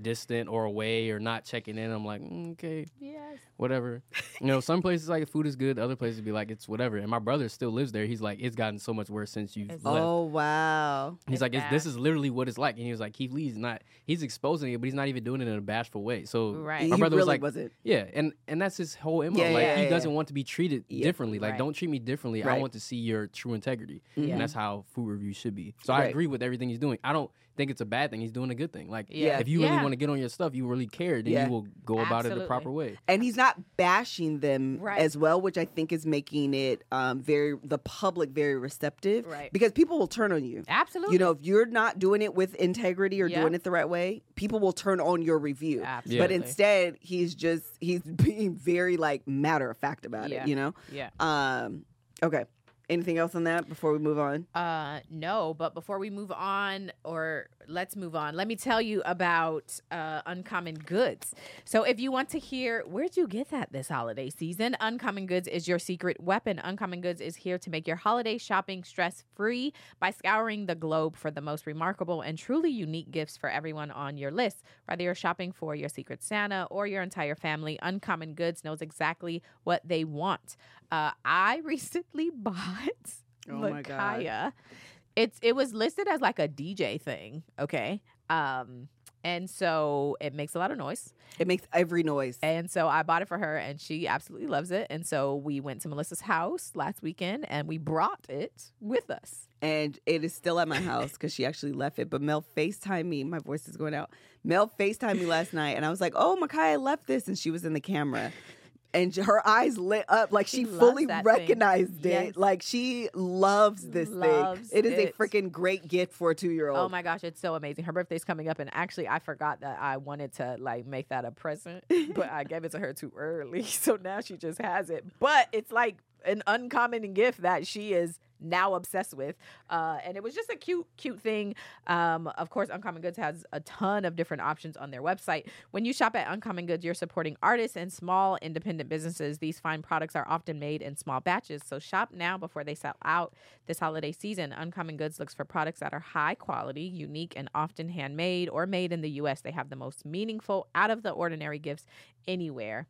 F: distant or away or not checking in. I'm like, "Mm, okay,
B: Yes.
F: whatever. you know, some places like food is good. Other places be like it's whatever. And my brother still lives there. He's like, it's gotten so much worse since you've
B: It's-
F: left.
A: Oh wow.
F: He's
B: It's
F: like, it's, this
B: bad.
F: is literally what it's like. And he was like, Keith Lee's not, he's exposing it, but he's not even doing it in a bashful way. So
B: Right.
F: my
A: He
F: brother
A: really
F: was like,
A: wasn't.
F: yeah, and and that's his whole MO.
A: Yeah,
F: like
A: yeah,
F: he
A: yeah,
F: doesn't want to be treated
A: Yeah.
F: differently. Like
B: Right.
F: don't treat me differently. I
A: Right.
F: want to see your true integrity.
A: Yeah.
F: And that's how food reviews should be. So I
A: Right.
F: agree with everything he's doing. I don't think it's a bad thing. He's doing a good thing. Like
B: Yeah.
F: if you really
B: Yeah.
F: want to get on your stuff, you really care, then
A: Yeah.
F: you will go about it
B: Absolutely.
F: the proper way.
A: and he's not bashing them
B: Right.
A: as well, which I think is making it um, very the public very receptive,
B: Right.
A: Because people will turn on you.
B: Absolutely.
A: You know, if you're not doing it with integrity or
B: Yeah.
A: doing it the right way, people will turn on your review.
B: Absolutely.
A: But instead, he's just he's being very like matter of fact about
B: Yeah.
A: it. You know.
B: Yeah.
A: Um. Okay. Anything else on that before we move on?
B: Uh, no, but before we move on, or let's move on, let me tell you about uh, Uncommon Goods. So, if you want to hear where'd you get that this holiday season, Uncommon Goods is your secret weapon. Uncommon Goods is here to make your holiday shopping stress free by scouring the globe for the most remarkable and truly unique gifts for everyone on your list. Whether you're shopping for your secret Santa or your entire family, Uncommon Goods knows exactly what they want. Uh, I recently bought.
A: Oh my God.
B: Lakaya. It's it was listed as like a DJ thing, okay? Um and so it makes a lot of noise.
A: It makes every noise.
B: And so I bought it for her and she absolutely loves it. And so we went to Melissa's house last weekend and we brought it with us.
A: and it is still at my house because she actually left it. But Mel FaceTimed me. My voice is going out. Mel FaceTimed me last night, and I was like, "Oh, Makaya left this," and she was in the camera, and her eyes lit up like she,
B: She loves
A: fully
B: that
A: recognized
B: thing.
A: it.
B: Yes.
A: Like she loves this
B: Loves
A: thing. It is
B: it.
A: a freaking great gift for a two-year-old.
B: Oh my gosh, it's so amazing. Her birthday's coming up, and actually, I forgot that I wanted to like make that a present, but I gave it to her too early, so now she just has it. But it's like an uncommon gift that she is now obsessed with, uh, and it was just a cute, cute thing. Um, of course, Uncommon Goods has a ton of different options on their website. When you shop at Uncommon Goods, you're supporting artists and small independent businesses. These fine products are often made in small batches, so shop now before they sell out this holiday season. Uncommon Goods looks for products that are high quality, unique, and often handmade or made in the U.S. They have the most meaningful, out of the ordinary gifts anywhere.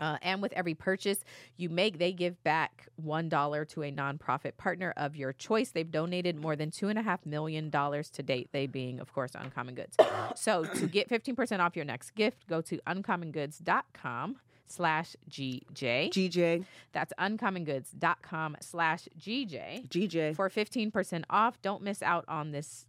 B: Uh, and with every purchase you make, they give back $1 to a nonprofit partner of your choice. They've donated more than $2.5 million to date, they being, of course, Uncommon Goods. so to get 15% off your next gift, go to uncommongoods.com slash GJ.
A: GJ,
B: That's uncommongoods.com slash GJ
A: GJ.
B: for 15% off. Don't miss out on this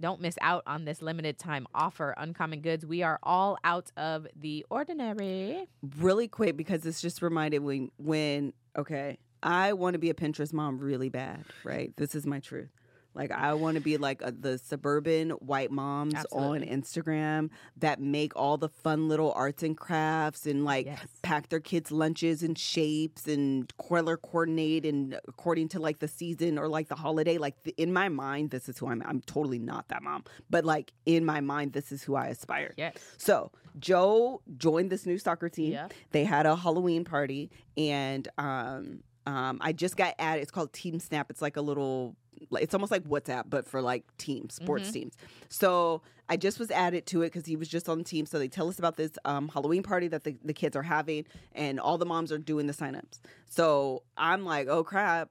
B: don't miss out on this limited time offer uncommon goods. We are all out of the ordinary.
A: really quick because this just reminded me when okay i want to be a pinterest mom really bad right this is my truth like i want to be like a, the suburban white moms
B: Absolutely.
A: on instagram that make all the fun little arts and crafts and like
B: Yes.
A: pack their kids lunches and shapes and color coordinate and according to like the season or like the holiday like th- in my mind this is who i'm i'm totally not that mom but like in my mind this is who i aspire
B: Yes.
A: so Joe joined this new soccer team.
B: Yeah.
A: They had a Halloween party, and um, um, I just got added. It's called Team Snap. It's like a little. It's almost like WhatsApp, but for like teams, sports teams. So I just was added to it because he was just on the team. So they tell us about this um, Halloween party that the, the kids are having, and all the moms are doing the signups. So I'm like, oh crap.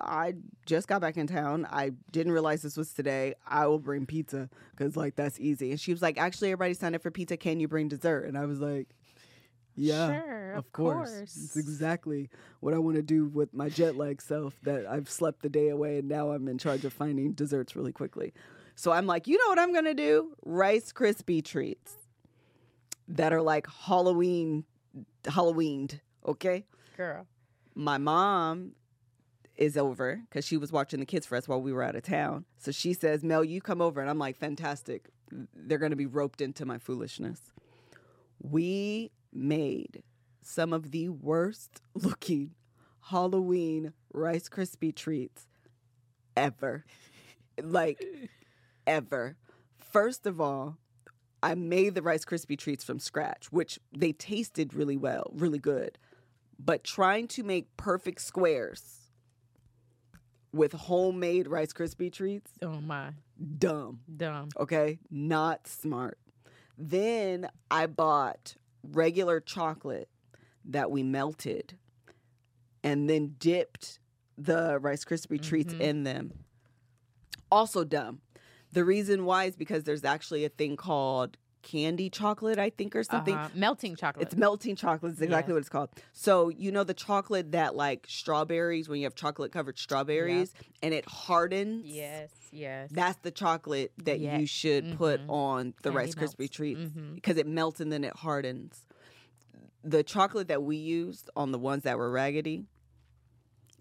A: I just got back in town. I didn't realize this was today. I will bring pizza because, like, that's easy. And she was like, Actually, everybody signed up for pizza. Can you bring dessert? And I was like, Yeah.
B: Sure,
A: Of course. It's exactly what I want to do with my jet lag self that I've slept the day away and now I'm in charge of finding desserts really quickly. So I'm like, you know what I'm going to do? Rice Krispie treats that are like Halloween, Halloweened, okay?
B: Girl.
A: my mom is over because she was watching the kids for us while we were out of town. So she says, Mel, you come over. And I'm like, fantastic. They're going to be roped into my foolishness. We made some of the worst looking Halloween Rice Krispie treats ever. like, ever. First of all, I made the Rice Krispie treats from scratch, which they tasted really well, really good but trying to make perfect squares with homemade Rice Krispie treats,
B: Oh my.
A: dumb.
B: Dumb.
A: Okay, not smart. Then I bought regular chocolate that we melted and then dipped the Rice Krispie treats in them. Also dumb. The reason why is because there's actually a thing called candy chocolate, I think, or something.
B: Uh-huh. Melting chocolate.
A: It's melting chocolate. Is exactly what it's called. So you know the chocolate that like strawberries when you have chocolate covered strawberries and it hardens.
B: yes, yes.
A: That's the chocolate that
B: Yeah.
A: you should put
B: Mhm.
A: on the
B: Candy
A: Rice
B: melts.
A: Krispie treats
B: Mhm.
A: because it melts and then it hardens. The chocolate that we used on the ones that were raggedy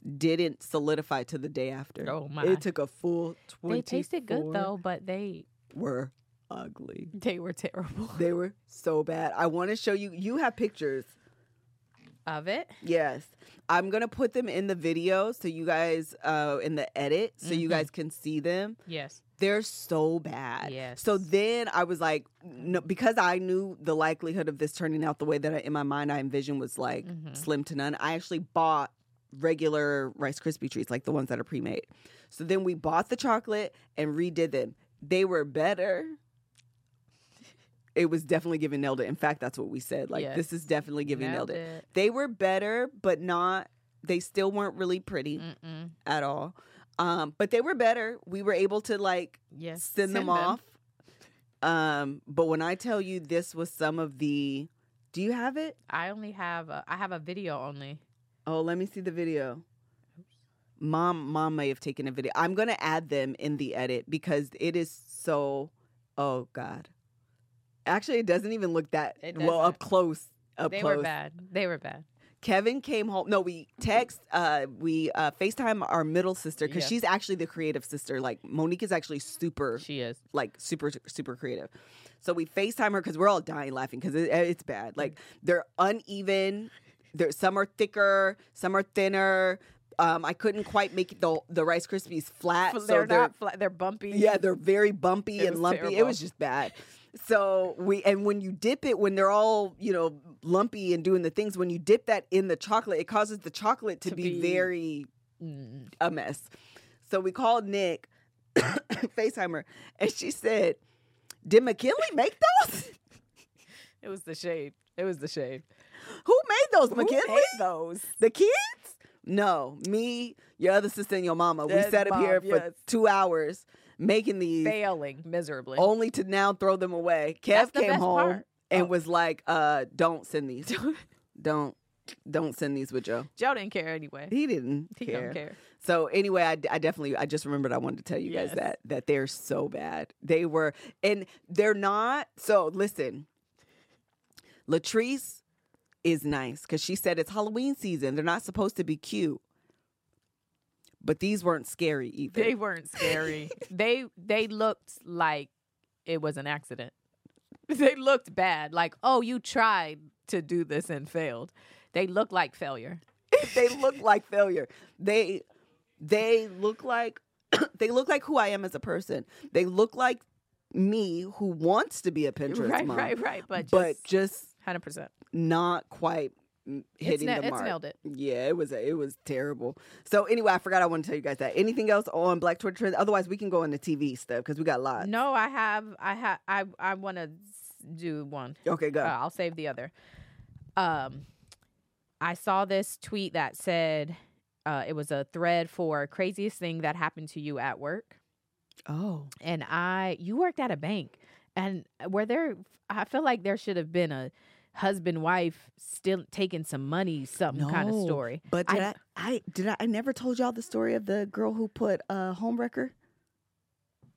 A: didn't solidify to the day after.
B: Oh my.
A: It took a full twenty.
B: they tasted good though, but they
A: Were ugly.
B: they were terrible.
A: They were so bad. I want to show you. You have pictures.
B: of it?
A: Yes. I'm going to put them in the video so you guys, uh, in the edit, so
B: Mm-hmm.
A: you guys can see them.
B: Yes.
A: They're so bad.
B: Yes.
A: So then I was like, no, because I knew the likelihood of this turning out the way that I, in my mind I envisioned was like
B: Mhm.
A: slim to none. I actually bought regular Rice Krispie treats, like the ones that are pre made. So then we bought the chocolate and redid them. They were better. It was definitely giving nailed it. In fact, that's what we said. Like,
B: Yes.
A: this is definitely giving nailed,
B: Nailed
A: it.
B: it.
A: They were better, but not. They still weren't really pretty
B: Mm-mm.
A: at all. Um, but they were better. We were able to like
B: Yes.
A: send, them, off. Um, but when I tell you this was some of the, do you have it?
B: I only have a, I have a video only.
A: Oh, let me see the video. Mom, mom may have taken a video. I'm gonna add them in the edit because it is so. Oh God, actually, it doesn't even look that
B: It
A: well up
B: doesn't.
A: close. Up
B: they
A: close.
B: were bad. They were bad.
A: Kevin came home. No, we text, uh, we uh, FaceTime our middle sister because
B: Yeah.
A: she's actually the creative sister. Like Monique is actually super,
B: She is.
A: like super, super creative. So we FaceTime her because we're all dying laughing because it, it's bad. Like they're uneven. There, some are thicker, some are thinner. Um, I couldn't quite make the the Rice Krispies flat. Uh, so
E: they're not flat. They're bumpy.
A: yeah, they're very bumpy
E: It
A: and
E: was
A: lumpy. It
E: terrible.
A: was just bad. So we and when you dip it, when they're all you know lumpy and doing the things, when you dip that in the chocolate, it causes the chocolate to,
E: To
A: be,
E: be-
A: very a mess. So we called Nick Faceheimer, and she said, "Did McKinley make those?"
E: It was the shade. It was the shade.
A: Who made those,
E: Who
A: McKinley?
E: made those?
A: The kids? No, me, your other sister, and your mama. we
E: And
A: sat up here
E: mom,
A: for
E: yes.
A: two hours making these,
E: Failing miserably.
A: only to now throw them away.
B: That's
A: Kev
B: the
A: came
B: best
A: home
B: part.
A: and was like, uh, "Don't send these. don't, don't send these with Joe."
E: Joe didn't care anyway.
A: He didn't
E: He
A: care.
E: don't care.
A: So anyway, I, I definitely I just remembered I wanted to tell you guys
E: Yes.
A: that that they're so bad. They were and they're not. So listen, Latrice is nice because she said it's Halloween season. They're not supposed to be cute, but these weren't scary either.
E: They weren't scary.
B: they they looked like it was an accident. They looked bad. Like, oh, you tried to do this and failed. They looked like failure.
A: they look like failure. They they look like they look like who I am as a person. They look like me who wants to be a Pinterest
E: right,
A: mom,
E: right, right. But
A: but
E: just
A: just
E: hundred percent.
A: not quite m- hitting
B: na-
A: the
B: it's
A: mark.
B: nailed it.
A: Yeah, it was a, it was terrible. So anyway, I forgot I want to tell you guys that. Anything else on Black Twitter trends? Otherwise, we can go into TV stuff because we got lots.
B: No, I have I have I I want to do one.
A: Okay, go.
B: Uh, I'll save the other. Um, I saw this tweet that said uh, it was a thread for craziest thing that happened to you at work,
A: oh,
B: and I you worked at a bank, and where there I feel like there should have been a husband wife still taking some money something kind of
A: No,
B: story.
A: but did I,
B: I-
A: I, did I, I never told y'all the story of the girl who put a uh, homewrecker.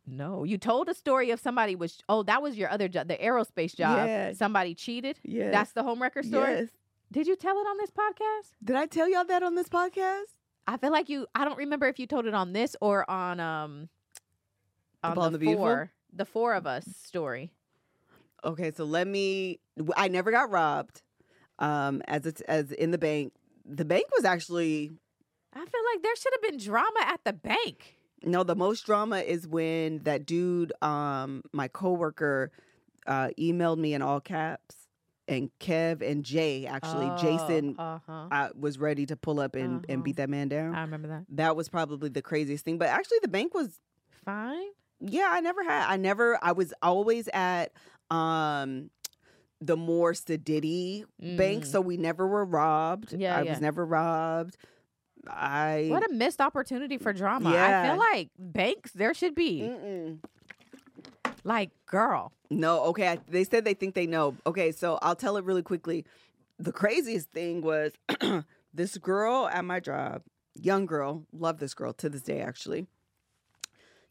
B: No, you told a story of somebody was oh that was your other job the aerospace job
A: Yeah.
B: somebody cheated.
A: Yeah,
B: That's the homewrecker story.
A: Yes.
B: Did you tell it on this podcast?
A: Did I tell y'all that on this podcast?
B: I feel like you. I don't remember if you told it on this or on um on
A: Bald and
B: the,
A: the Beautiful?
B: four, the four of us story.
A: Okay, so let me. w- I never got robbed. Um, as it's as in the bank, the bank was actually
B: I feel like there should have been drama at the bank.
A: No, the most drama is when that dude, um, my coworker, uh, emailed me in all caps, and Kev and Jay actually, Jason,
B: Uh huh.
A: I was ready to pull up and,
B: Uh-huh.
A: and beat that man down.
B: I remember that.
A: that was probably the craziest thing. But actually, the bank was,
B: Fine.
A: yeah, I never had, I never, I was always at, um. The more sedity bank,
B: Mm.
A: so we never were robbed.
B: Yeah,
A: I
B: yeah.
A: was never robbed. I
B: What a missed opportunity for drama. I
A: Yeah. Mm.
B: feel like banks. There should be
A: Mm-mm.
B: like girl.
A: No, okay. I, they said they think they know. Okay, so I'll tell it really quickly. The craziest thing was this girl at my job, young girl, love this girl to this day, actually.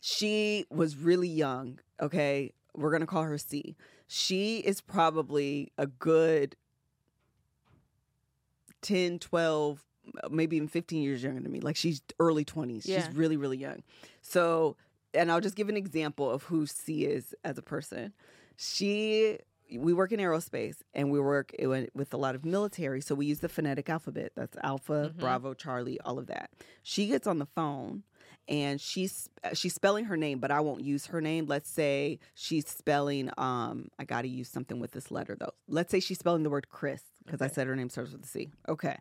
A: She was really young. Okay, we're going to call her C. She is probably a good 10, 12, maybe even 15 years younger than me. Like she's early 20s.
B: Yeah.
A: She's really, really young. So, and I'll just give an example of who C is as a person. She, we work in aerospace and we work in- with a lot of military. So we use the phonetic alphabet. That's Alpha, Bravo, Charlie, all of that. She gets on the phone and she's uh, she's spelling her name, but I won't use her name. Let's say she's spelling. Um, I got to use something with this letter though. Let's say she's spelling the word Chris because I said her name starts with a C. Okay.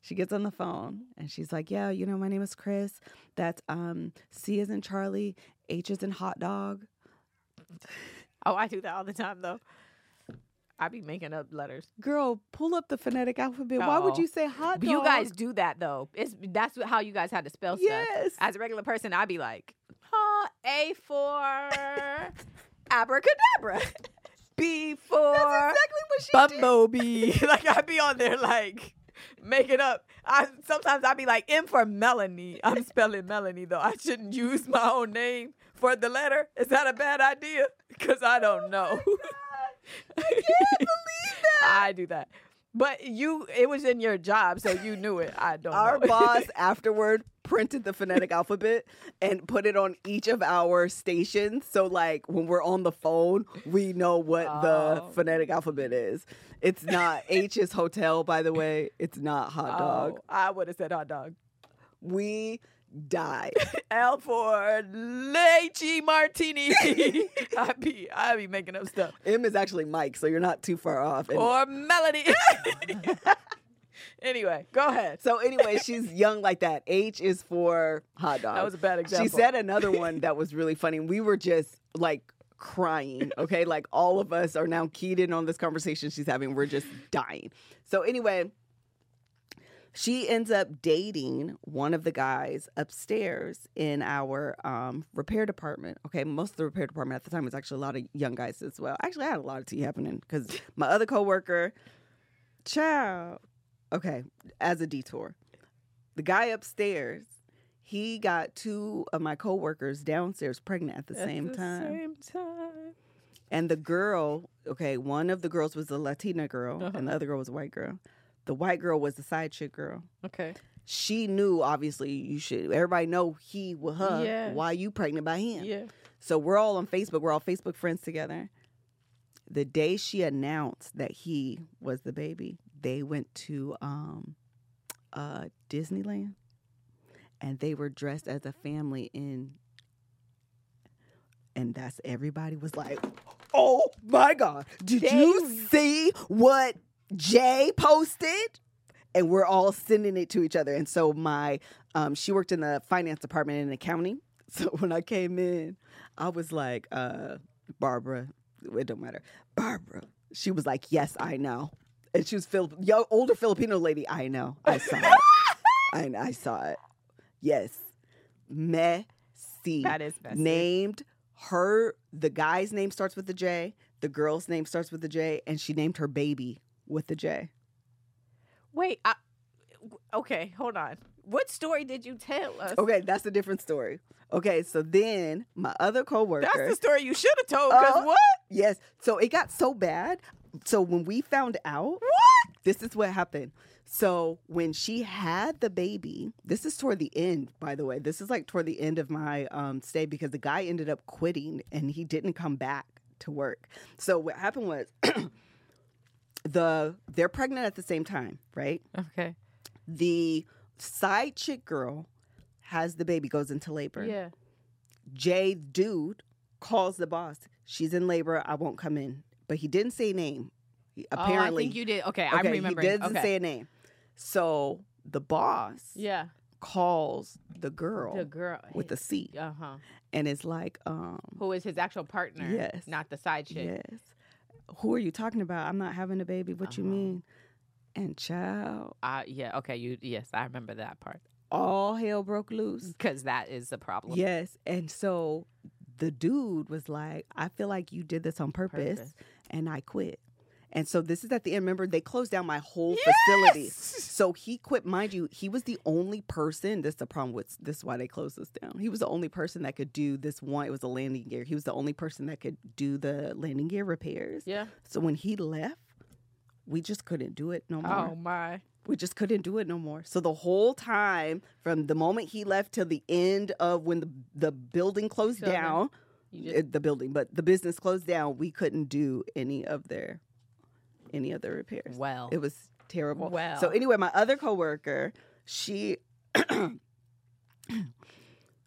A: She gets on the phone and she's like, "Yeah, you know, my name is Chris. That's um C is in Charlie, H is in hot dog."
E: Oh, I do that all the time though. I be making up letters.
A: Girl, pull up the phonetic alphabet. Why would
E: Oh.
A: you say hot
B: But
A: dog?
B: you guys do that though. It's that's what- how you guys had to spell stuff.
A: yes.
B: As a regular person, I'd be like, huh, A for abracadabra. B for
E: Bumblebee. like I'd be on there like make it up. I sometimes I'd be like M for Melanie. I'm spelling Melanie though. I shouldn't use my own name for the letter. Is that a bad idea? Because I don't know. Oh I can't believe that. I do that. But you it was in your job, so you knew it. I don't
A: Our
E: know.
A: boss afterward printed the phonetic alphabet and put it on each of our stations. So like when we're on the phone, we know what
E: Oh.
A: the phonetic alphabet is. It's not H is hotel, by the way. It's not hot dog.
E: Oh, I would have said hot dog.
A: We died.
E: L for lychee martini. I be I be making up stuff.
A: M is actually Mike, so you're not too far off. And-
E: or melody. anyway, go ahead.
A: so anyway, she's young like that. H is for hot dog.
E: That was a bad example.
A: She said another one that was really funny. We were just like crying. Okay, like all of us are now keyed in on this conversation she's having. We're just dying. So anyway, she ends up dating one of the guys upstairs in our um, repair department. Okay, most of the repair department at the time was actually a lot of young guys as well. Actually, I had a lot of tea happening because my other coworker, child. Okay, as a detour, the guy upstairs. He got two of my coworkers downstairs pregnant at the same time.
E: Same time.
A: And the girl, okay, one of the girls was a Latina girl
E: Uh-huh.
A: and the other girl was a white girl. The white girl was the side chick girl.
E: Okay.
A: She knew obviously you should everybody know he with her.
E: Yeah.
A: Why you pregnant by him?
E: Yeah.
A: So we're all on Facebook, we're all Facebook friends together. The day she announced that he was the baby, they went to um uh Disneyland and they were dressed as a family in and that's everybody was like, "Oh my god, did you see what Jay posted?" And we're all sending it to each other. And so my um she worked in the finance department in the county. So when I came in, I was like, uh, Barbara, it don't matter. Barbara. She was like, Yes, I know. And she was Phil- yo, older Filipino lady. I know. I saw it. I, I saw it. Yes. Messi.
E: That is messy.
A: Named her, the guy's name starts with a J, the girl's name starts with a J, and she named her baby with a J.
E: Wait. I, okay. Hold on. What story did you tell us?
A: Okay, that's a different story. Okay, so then my other coworker.
E: That's the story you should have told. Cause
A: Oh.
E: what?
A: Yes. So it got so bad. So when we found out, This is what happened. So when she had the baby, this is toward the end, by the way. This is like toward the end of my um, stay because the guy ended up quitting and he didn't come back to work. So what happened was the they're pregnant at the same time, right?
E: Okay.
A: The side chick girl has the baby, goes into labor.
E: Yeah. Oh,
A: Jay dude calls the boss. She's in labor. I won't come in. But he didn't say name. He-
B: oh, I
A: Apparently,
B: think you did. Okay,
A: okay,
B: I'm remembering.
A: He doesn't
B: okay.
A: say a name. So the boss
E: Yeah.
A: calls the girl
B: the girl
A: with the C
B: uh
E: Uh-huh.
B: huh.
A: and is like, um,
B: Who is his actual partner?
A: Yes.
B: not the side chick.
A: yes, who are you talking about? I'm not having a baby. What you
B: Uh-huh.
A: mean? And child,
B: Uh, yeah. Okay. You. Yes, I remember that part
A: all hell broke loose.
B: because that is the problem.
A: Yes. And so the dude was like, I feel like you did this on purpose,
B: Purpose.
A: and I quit. And so this is at the end. Remember, they closed down my whole facility. So he quit. Mind you, he was the only person. This is the problem with this is why they closed this down. He was the only person that could do this one. It was a landing gear. He was the only person that could do the landing gear repairs.
E: Yeah.
A: So when he left, we just couldn't do it no more
E: Oh my.
A: we just couldn't do it no more. So the whole time from the moment he left till the end of when the the building closed
B: Building.
A: down,
B: You just-
A: eh, the building, but the business closed down, we couldn't do any of their any of their repairs.
B: Well.
A: It was terrible.
B: Well.
A: So anyway, my other coworker, she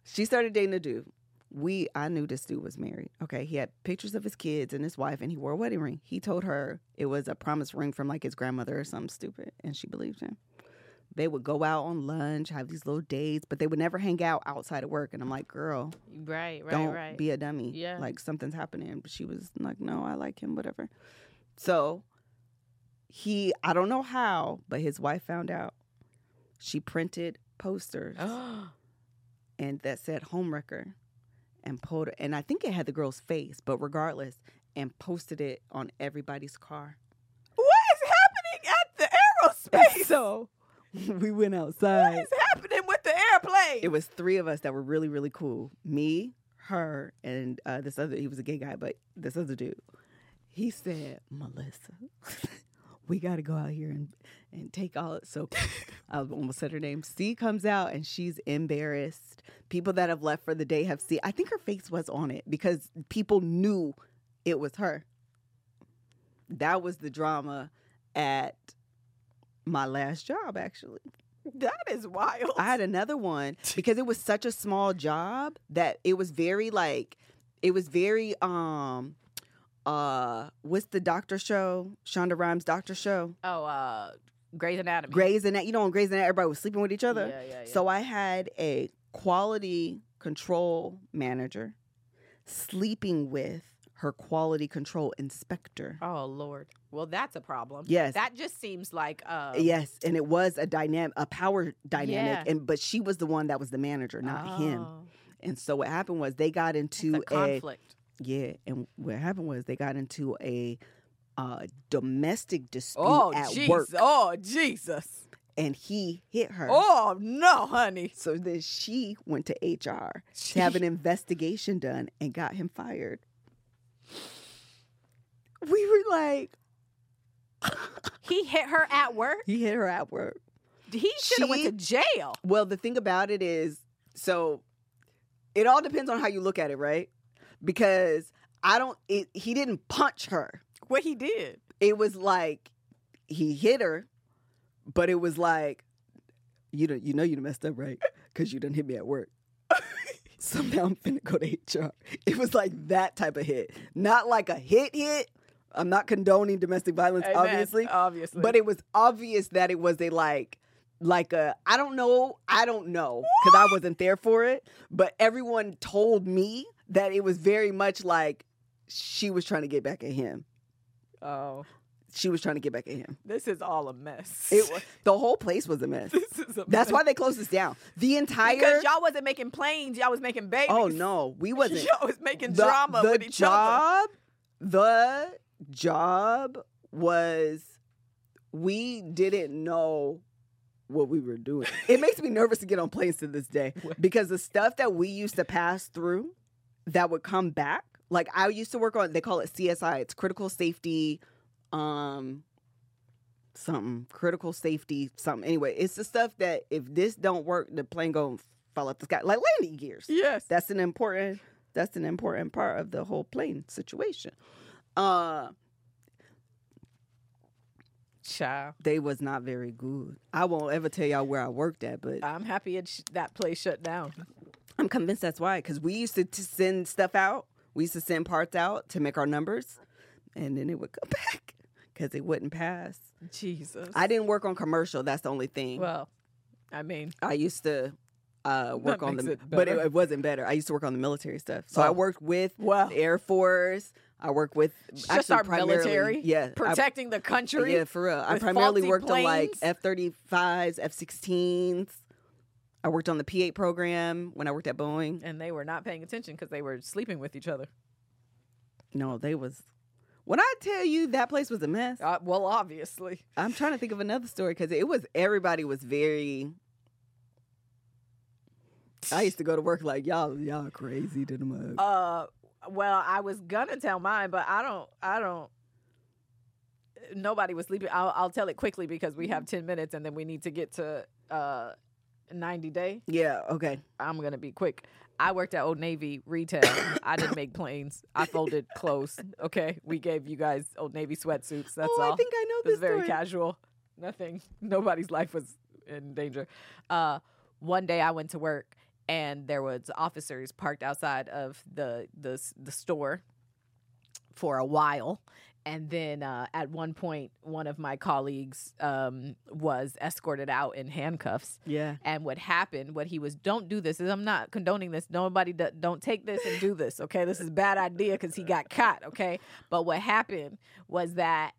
A: she started dating a dude. We I knew this dude was married. Okay, he had pictures of his kids and his wife, and he wore a wedding ring. He told her it was a promise ring from like his grandmother or something stupid, and she believed him. They would go out on lunch, have these little dates, but they would never hang out outside of work. And I'm like, girl,
B: Right. Right.
A: don't
B: right.
A: be a dummy.
B: Yeah.
A: Like something's happening. But she was like, no, I like him, whatever. So he, I don't know how, but his wife found out. She printed posters and that said homewrecker and pulled, and I think it had the girl's face, but regardless, and posted it on everybody's car.
E: What is happening at the aerospace?
A: So we went
E: What
A: outside.
E: is happening with the airplane?
A: it was three of us that were really really cool me her and uh, this other he was a gay guy but this other dude he said melissa we got to go out here and, and take all so i almost said her name c comes out and she's embarrassed people that have left for the day have seen i think her face was on it because people knew it was her that was the drama at my last job actually
E: that is wild.
A: I had another one because it was such a small job that it was very like it was very um uh what's the doctor show? Shonda Rhimes doctor show.
B: Oh, uh, Grey's Anatomy.
A: Grey's and that you know on Grey's and everybody was sleeping with each other.
B: Yeah, yeah, yeah.
A: So I had a quality control manager sleeping with her quality control inspector.
G: Oh Lord. Well, that's a problem.
A: Yes.
G: That just seems like uh
B: um,
A: Yes, and it was a dynamic, a power dynamic,
G: Yeah.
A: and but she was the one that was the manager, not him.
G: oh,
A: And so what happened was they got
G: it's
A: into
G: a conflict.
A: yeah, and what happened was they got into a uh, domestic dispute
B: Oh
A: at
B: Jesus!
A: work,
B: Oh Jesus!
A: and he hit her.
B: Oh no, honey.
A: So then she went to HR to have an investigation done and got him fired. We were like,
G: He hit her at work.
A: he hit her at work.
G: He should have went
A: She-
G: to jail.
A: Well, the thing about it is, so it all depends on how you look at it, right? Because I don't. It, he didn't punch her.
B: What he did?
A: It was like he hit her, but it was like you don't. You know you done messed up, right? Because you didn't hit me at work. so now I'm finna go to HR. It was like that type of hit, not like a hit hit. I'm not condoning domestic violence,
B: Amen.
A: obviously.
B: obviously.
A: But it was obvious that it was a like like a I don't know, I don't know cuz I wasn't there for it, but everyone told me that it was very much like she was trying to get back at him.
B: oh,
A: She was trying to get back at him.
B: this is all a mess.
A: It was the whole place was a mess.
B: this is a
A: That's
B: mess.
A: why they closed us down. The entire
B: because y'all wasn't making planes, y'all was making babies.
A: Oh no, we wasn't.
B: Y'all was making drama
A: the
B: with each other.
A: job, The job was we didn't know what we were doing. It makes me nervous to get on planes to this day because the stuff that we used to pass through that would come back. Like I used to work on they call it CSI, it's critical safety um something, critical safety something. Anyway, it's the stuff that if this don't work, the plane going to fall off the sky like landing gears
B: Yes.
A: that's an important that's an important part of the whole plane situation uh
B: Child.
A: they was not very good i won't ever tell y'all where i worked at but
B: I'm happy it sh- that place shut down.
A: i'm convinced that's why because we used to, to send stuff out we used to send parts out to make our numbers and then it would come back because it wouldn't pass
B: Jesus.
A: i didn't work on commercial that's the only thing
B: Well, I mean,
A: I used to uh, work on
B: makes
A: the,
B: it
A: but it,
B: better.
A: it wasn't better. I used to work on the military stuff. So I
B: Oh.
A: worked with
B: Wow.
A: the Air Force. I work with
B: it's
A: actually
B: just our
A: primarily-
B: military.
A: Yeah, I-
B: Protecting the country.
A: Yeah, for real. I
B: with
A: primarily
B: faulty
A: worked on like
B: planes?
A: F 35s, F 16s. I worked on the P 8 program when I worked at Boeing.
B: And they were not paying attention because they were sleeping with each other.
A: No, they was. When I tell you that place was a mess,
B: Uh, well, obviously.
A: I'm trying to think of another story because it was everybody was very. I used to go to work like y'all, y'all crazy to the mug.
B: Uh, well, I was gonna tell mine, but I don't. I don't. Nobody was sleeping. I'll, I'll tell it quickly because we
A: Mm-hmm.
B: have ten minutes, and then we need to get to uh, ninety day.
A: yeah, okay.
B: I'm gonna be quick. I worked at Old Navy retail. I didn't make planes. I folded clothes. Okay, we gave you guys Old Navy sweatsuits. That's
A: oh,
B: all.
A: I think I know
B: It was
A: this
B: very
A: story.
B: casual. Nothing. Nobody's life was in danger. Uh, one day I went to work and there was officers parked outside of the the the store for a while. And then uh, at one point, one of my colleagues um, was escorted out in handcuffs.
A: yeah.
B: And what happened, what he was, don't do this. Is I'm not condoning this. Nobody, do, don't take this and do this. Okay, this is a bad idea because he got caught. Okay, but what happened was that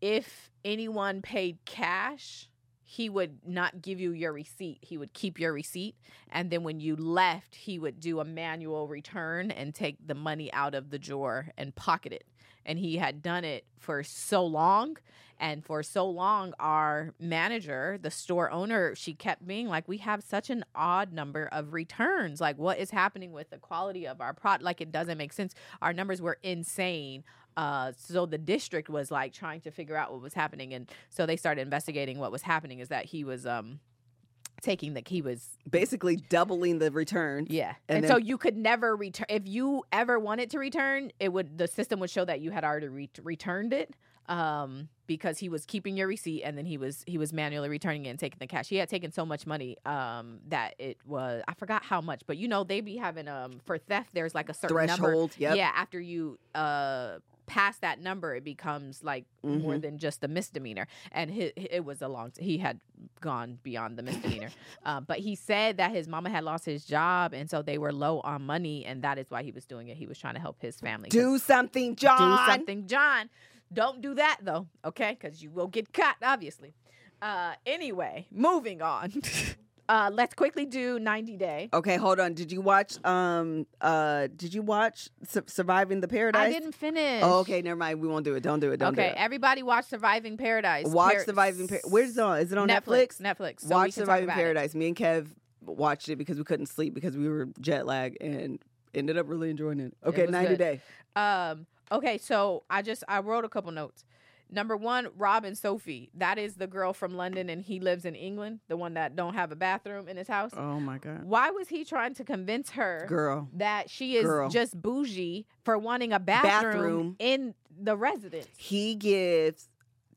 B: if anyone paid cash, he would not give you your receipt. He would keep your receipt, and then when you left, he would do a manual return and take the money out of the drawer and pocket it. And he had done it for so long and for so long, our manager, the store owner, she kept being like, We have such an odd number of returns. Like, what is happening with the quality of our product? Like, it doesn't make sense. Our numbers were insane. Uh, so the district was like trying to figure out what was happening. And so they started investigating what was happening is that he was um, taking the, he was
A: Basically doubling the return.
B: yeah.
A: And
B: And,
A: then-
B: so you could never return. If you ever wanted to return, it would the system would show that you had already re- returned it um because he was keeping your receipt and then he was he was manually returning it and taking the cash. He had taken so much money um that it was I forgot how much, but you know they be having um for theft there's like a certain number
A: Threshold. Yep.
B: yeah, after you uh past that number, it becomes like more
A: Mhm.
B: than just a misdemeanor. And hi it was a long. T- he had gone beyond the misdemeanor, uh, but he said that his mama had lost his job, and so they were low on money, and that is why he was doing it. He was trying to help his family 'cause
A: Do something, John.
B: do something, John. Don't do that though, okay? Because you will get caught, obviously. Uh, anyway, moving on. uh, let's quickly do 90 Day.
A: Okay, hold on. Did you watch? Um, uh, did you watch Su- Surviving the Paradise?
B: I didn't finish.
A: Oh, okay, never mind. We won't do it. Don't do it. Don't
B: Okay.
A: do
B: Everybody watch Surviving Paradise.
A: it. Watch
B: Par-
A: Surviving Paradise. Where's it on? Is it on
B: Netflix.
A: Netflix?
B: Netflix. so we
A: watch
B: can talk
A: Surviving
B: about it.
A: Paradise. Me and Kev watched it because we couldn't sleep because we were jet lag and ended up really enjoying it. Okay,
B: was
A: 90
B: good.
A: Day.
B: Um. Okay. So I just I wrote a couple notes. Number one, Robin Sophie. That is the girl from London, and he lives in England. The one that don't have a bathroom in his house.
A: Oh my god,
B: Why was he trying to convince her?
A: girl.
B: that she is
A: Girl.
B: just bougie for wanting a bathroom,
A: Bathroom.
B: in the residence.
A: He gives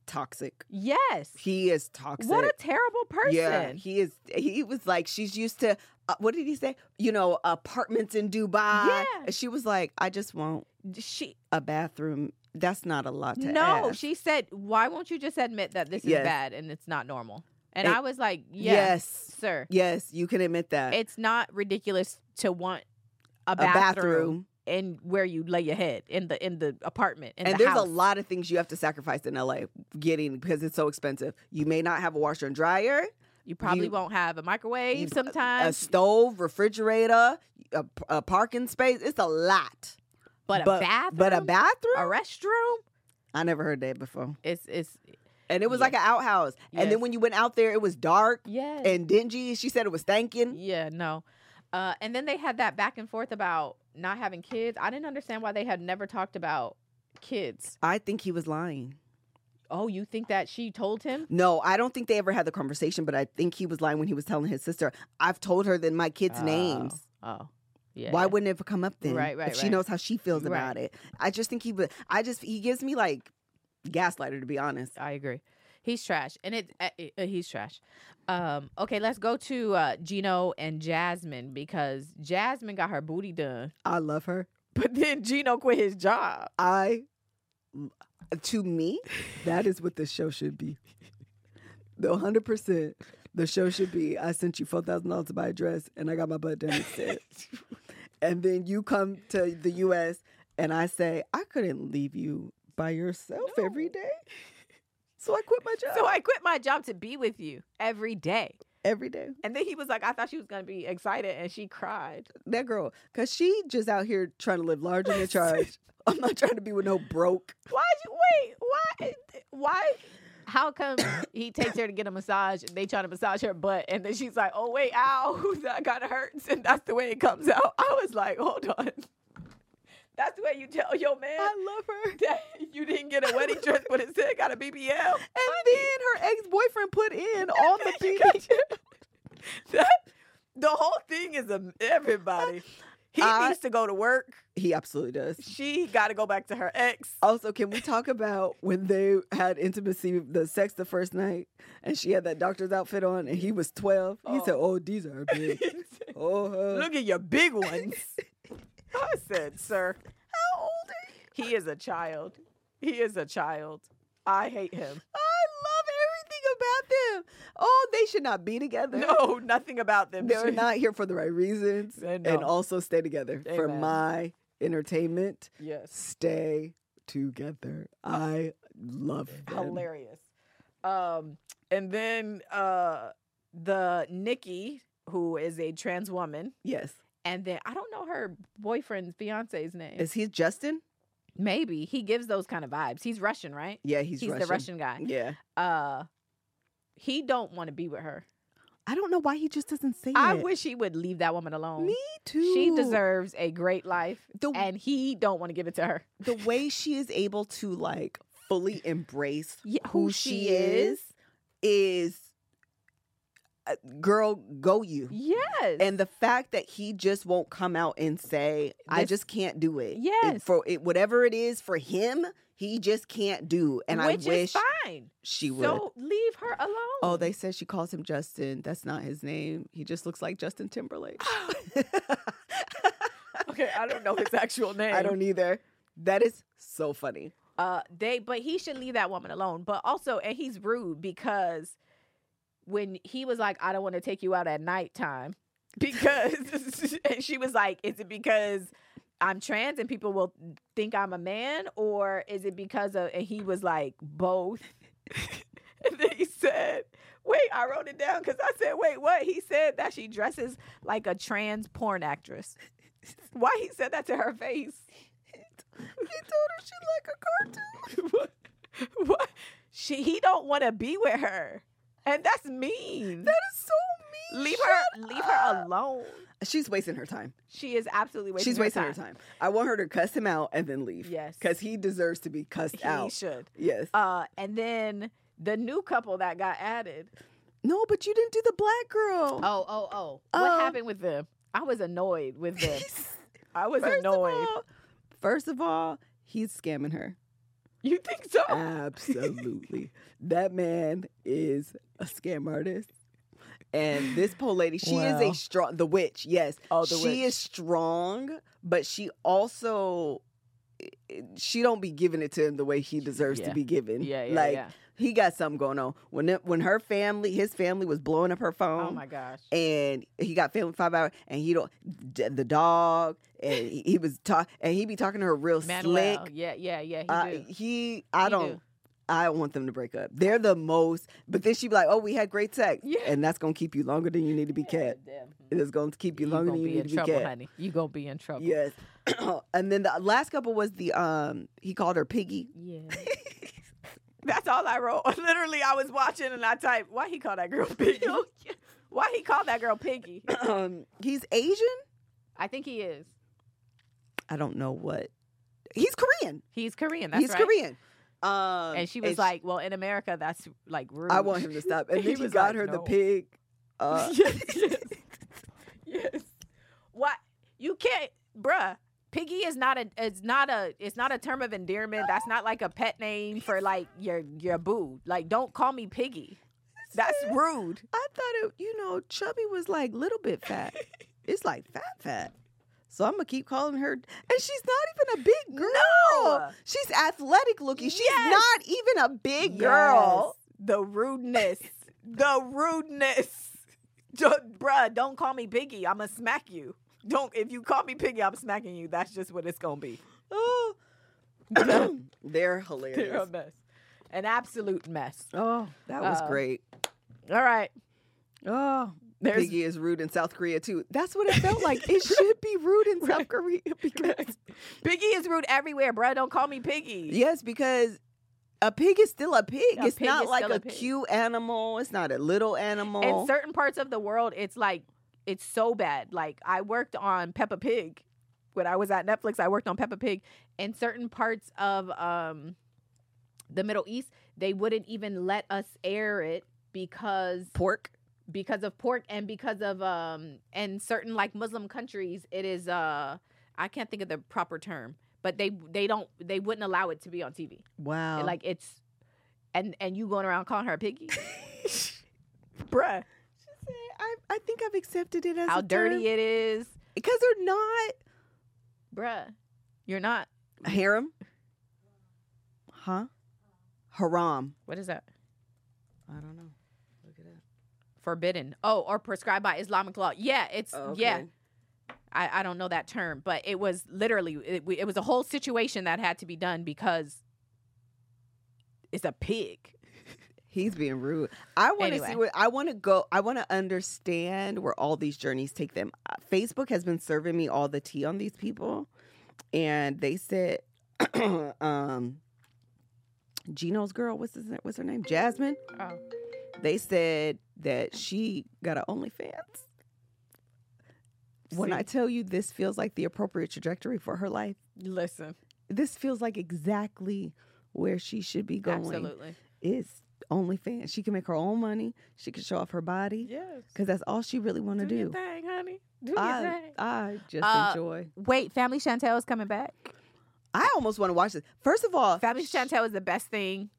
A: toxic.
B: Yes.
A: He is toxic.
B: What a terrible person.
A: Yeah, he is. He was like, she's used to. Uh, what did he say? You know, apartments in Dubai.
B: Yeah.
A: And she was like, I just want
B: she
A: a bathroom. That's not a lot to
B: No,
A: ask.
B: she said, "Why won't you just admit that this is
A: Yes.
B: bad and it's not normal?" And
A: It-
B: I was like, yeah,
A: yes,
B: sir.
A: yes, you can admit that.
B: It's not ridiculous to want a
A: a bathroom.
B: bathroom, in where you lay your head in the in the apartment in
A: and
B: the
A: there's
B: house.
A: a lot of things you have to sacrifice in LA getting because it's so expensive. You may not have a washer and dryer,
B: You probably
A: you-
B: won't have a microwave
A: you- a
B: sometimes,
A: stove, refrigerator, a, a parking space. It's a lot.
B: but, a bathroom,
A: But a bathroom?
B: a restroom.
A: I never heard that before.
B: It's it's
A: And it was
B: Yeah.
A: like an outhouse. And then
B: Yes.
A: when you went out there, it was dark
B: yes.
A: and dingy. She said it was stinking.
B: Yeah, no. Uh, and then they had that back and forth about not having kids. I didn't understand why they had never talked about kids.
A: I think he was lying.
B: Oh, you think that she told him?
A: No, I don't think they ever had the conversation, but I think he was lying when he was telling his sister, I've told her that my kids'
B: Oh,
A: names.
B: Oh, yeah.
A: Why wouldn't it have come up then?
B: Right, right,
A: If she
B: right.
A: knows how she feels
B: Right.
A: about it. I just think he would I just he gives me like gaslighter to be honest.
B: I agree. He's trash, and it uh, uh, he's trash. Um, okay, let's go to uh, Gino and Jasmine because Jasmine got her booty done,
A: I love her.
B: but then Gino quit his job.
A: I to me, that is what the show should be. The hundred percent the show should be I sent you four thousand dollars to buy a dress and I got my butt done instead. and then you come to the US and I say, I couldn't leave you by yourself every day. So I quit my job
B: So I quit my job to be with you every day.
A: every day.
B: And then he was like, "I thought she was gonna be excited," and she cried.
A: that girl because she just out here trying to live large and in charge. I'm not trying to be with no broke.
B: Why'd you wait? Why? Why? How come he takes her to get a massage? They try to massage her butt, and then she's like, "Oh wait, ow, that kind of hurts," and that's the way it comes out. I was like, "Hold on." That's the way you tell your man. I love her. That you didn't get a wedding dress, but it said got a BBL.
A: And then her ex boyfriend put in all the BBL.
B: You got your- that, the whole thing is a, everybody. He
A: I-
B: needs to go to work.
A: He absolutely does.
B: She got to go back to her ex.
A: Also, can we talk about when they had intimacy, the sex the first night, and she had that doctor's outfit on, and he was 12? He said, Oh, these are big. oh, huh."
B: Look at your big ones. I said, sir. How old are you? He is a child. He is a child. I hate him.
A: I love everything about them. Oh, they should not be together.
B: No, nothing about them.
A: They're not here for the right reasons.
B: They
A: And
B: know.
A: also stay together for
B: Amen.
A: my entertainment.
B: Yes.
A: stay together. I love them.
B: Hilarious. Um, and then uh the Nikki, who is a trans woman,
A: Yes.
B: and then I don't know her boyfriend's fiance's name.
A: Is he Justin?
B: Maybe he gives those kind of vibes. He's Russian, right?
A: Yeah, he's,
B: He's the Russian guy.
A: Yeah.
B: Uh he don't want to be with her.
A: I don't know why he just doesn't say
B: I
A: it.
B: wish he would leave that woman alone.
A: Me too.
B: She deserves a great life,
A: The-
B: and he don't want to give it to her.
A: the way she is able to like fully embrace
B: Yeah,
A: who, she is is uh, girl go you.
B: Yes,
A: And the fact that he just won't come out and say, I
B: This-
A: just can't do it. It-
B: Yes.
A: for it, whatever it is for him, he just can't do. And
B: which
A: I wish
B: is fine.
A: she would.
B: So leave her alone.
A: Oh, they said she calls him Justin. That's not his name. He just looks like Justin Timberlake.
B: okay. I don't know his actual name.
A: I don't either. That is so funny.
B: Uh, they, but he should leave that woman alone. But also, and he's rude because when he was like, "I don't want to take you out at nighttime," because and she was like, "Is it because I'm trans and people will think I'm a man, or is it because of?" And he was like, "Both." and then he said, "Wait, I wrote it down because I said, wait, what?" He said that she dresses like a trans porn actress. Why he said that to her face?
A: He told her she like a cartoon.
B: what? what? She he don't want to be with her, and that's mean.
A: That is so mean.
B: leave her, leave her alone.
A: She's wasting her time.
B: She is absolutely wasting.
A: She's wasting her time. I want her to cuss him out and then leave.
B: Yes.
A: Because he deserves to be cussed
B: He
A: out.
B: should.
A: yes.
B: Uh, and then the new couple that got added.
A: no, but you didn't do the black girl.
B: Oh, oh, oh.
A: Um,
B: what happened with them? I was annoyed with them. I was annoyed.
A: Of all, first of all, he's scamming her.
B: you think so?
A: uh, Absolutely. that man is a scam artist. And this poor lady, she is
E: Wow.
A: a strong the witch, yes.
E: Oh, the
A: she
E: witch.
A: is strong, but she also eh, she don't be giving it to him the way he deserves
E: Yeah.
A: to be given.
E: Yeah, yeah,
A: like
E: yeah.
A: he got something going on. When it, when her family, his family was blowing up her phone
B: oh my gosh.
A: and he got family five hours, and he don't d- the dog, and he, he was talk, and he be talking to her real
B: Manuel.
A: slick.
B: Yeah, yeah, yeah. He
A: Uh,
B: do.
A: he, I
B: He
A: don't,
B: do.
A: I don't want them to break up. They're the most, but then she be like, "Oh, we had great sex,"
B: Yeah.
A: and that's gonna keep you longer than you need to be kept. It is gonna keep you
B: You
A: longer
B: gonna
A: than you
B: be
A: need
B: in
A: to be
B: trouble,
A: kept.
B: honey. You gonna be in trouble.
A: Yes, and then the last couple was the um, he called her Piggy.
B: Yeah. That's all I wrote. Literally, I was watching and I typed, why he call that girl Piggy? why he call that girl Piggy?
A: Um, he's Asian.
B: I think he is.
A: I don't know what. He's Korean.
B: He's Korean. That's
A: he's
B: right.
A: Korean. Um,
B: And she was
A: sh-
B: like, well, in America, that's like rude.
A: I want him to stop. And
B: He
A: then he,
B: was
A: got
B: like,
A: her the
B: "No."
A: pig. Uh,
B: yes, yes. yes. What? You can't, bruh. Piggy is not a it's not a it's not a term of endearment. That's not like a pet name for like your your boo. Like don't call me Piggy. That's rude.
A: I thought it, you know, Chubby was like little bit fat. it's like fat, fat. So I'm gonna keep calling her, and she's not even a big girl.
B: No.
A: She's athletic looking. She's
B: Yes.
A: not even a big girl.
B: Yes. The rudeness. the rudeness. Don't, bruh, don't call me Piggy. I'ma smack you. Don't if you call me Piggy, I'm smacking you. That's just what it's gonna be.
A: Oh. They're hilarious.
B: You're a mess. An absolute mess.
A: Oh, that was
B: Uh,
A: great.
B: All right.
A: Oh,
B: there's-
A: Piggy is rude in South Korea too. That's what it felt like. it should be rude in South Korea because
B: Piggy is rude everywhere, bruh. Don't call me Piggy.
A: Yes, because a pig is still a pig.
B: A
A: it's
B: pig
A: not
B: is
A: like
B: still
A: a,
B: a pig.
A: cute animal. It's not a little animal.
B: In certain parts of the world, it's like it's so bad. Like I worked on Peppa Pig when I was at Netflix. I worked on Peppa Pig. In certain parts of um, the Middle East, they wouldn't even let us air it because
A: pork.
B: because of pork and because of um and certain like Muslim countries, it is uh I can't think of the proper term, but they they don't they wouldn't allow it to be on TV.
A: Wow.
B: And, like it's and and you going around calling her a piggy bruh
A: I, I think I've accepted it as
B: how dirty it is
A: because they're not
B: bruh you're not
A: harem. Huh? Haram.
B: what is that
A: I don't know. Look it up.
B: forbidden oh or prescribed by islamic law yeah it's yeah I, I don't know that term but it was literally it, we, it was a whole situation that had to be done because it's a pig
A: He's being rude. I want to
B: Anyway.
A: see what I want to go. I want to understand where all these journeys take them. Uh, Facebook has been serving me all the tea on these people, and they said, um, Gino's girl. What's his, What's her name? Jasmine.
B: Oh.
A: They said that she got an OnlyFans. When I tell you this feels like the appropriate trajectory for her life,
B: listen
A: this feels like exactly where she should be going
B: absolutely
A: is OnlyFans. She can make her own money. She can show off her body
B: yes
A: because that's all she really want to
B: do Uh, your
A: do.
B: thing honey do your
A: I,
B: thing
A: I just
B: Uh,
A: enjoy.
B: wait family chantel is coming back
A: I almost want to watch this. First of all,
B: Family Chantel is the best thing.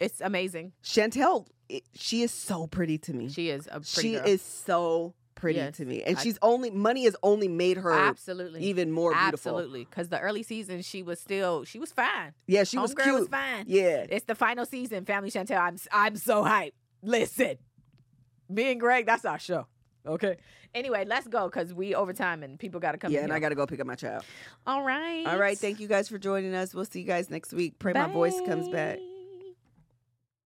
B: It's amazing.
A: Chantel, it- she is so pretty to me.
B: She is a pretty
A: She
B: girl.
A: is so pretty
B: Yes,
A: to me. And
B: I-
A: she's only money has only made her
B: Absolutely.
A: even more beautiful.
B: Absolutely. Because the early season, she was still, she was fine.
A: Yeah, she was
B: Homegirl
A: cute.
B: was fine.
A: Yeah.
B: It's the final season, Family Chantel. I'm I'm so hyped. Listen, me and Greg, that's our show. Okay. Anyway, let's go because we overtime and people got to come.
A: yeah,
B: in
A: and I
B: here.
A: got to go pick up my child.
B: All right.
A: All right, thank you guys for joining us. We'll see you guys next week. Pray my voice comes back.
B: Bye.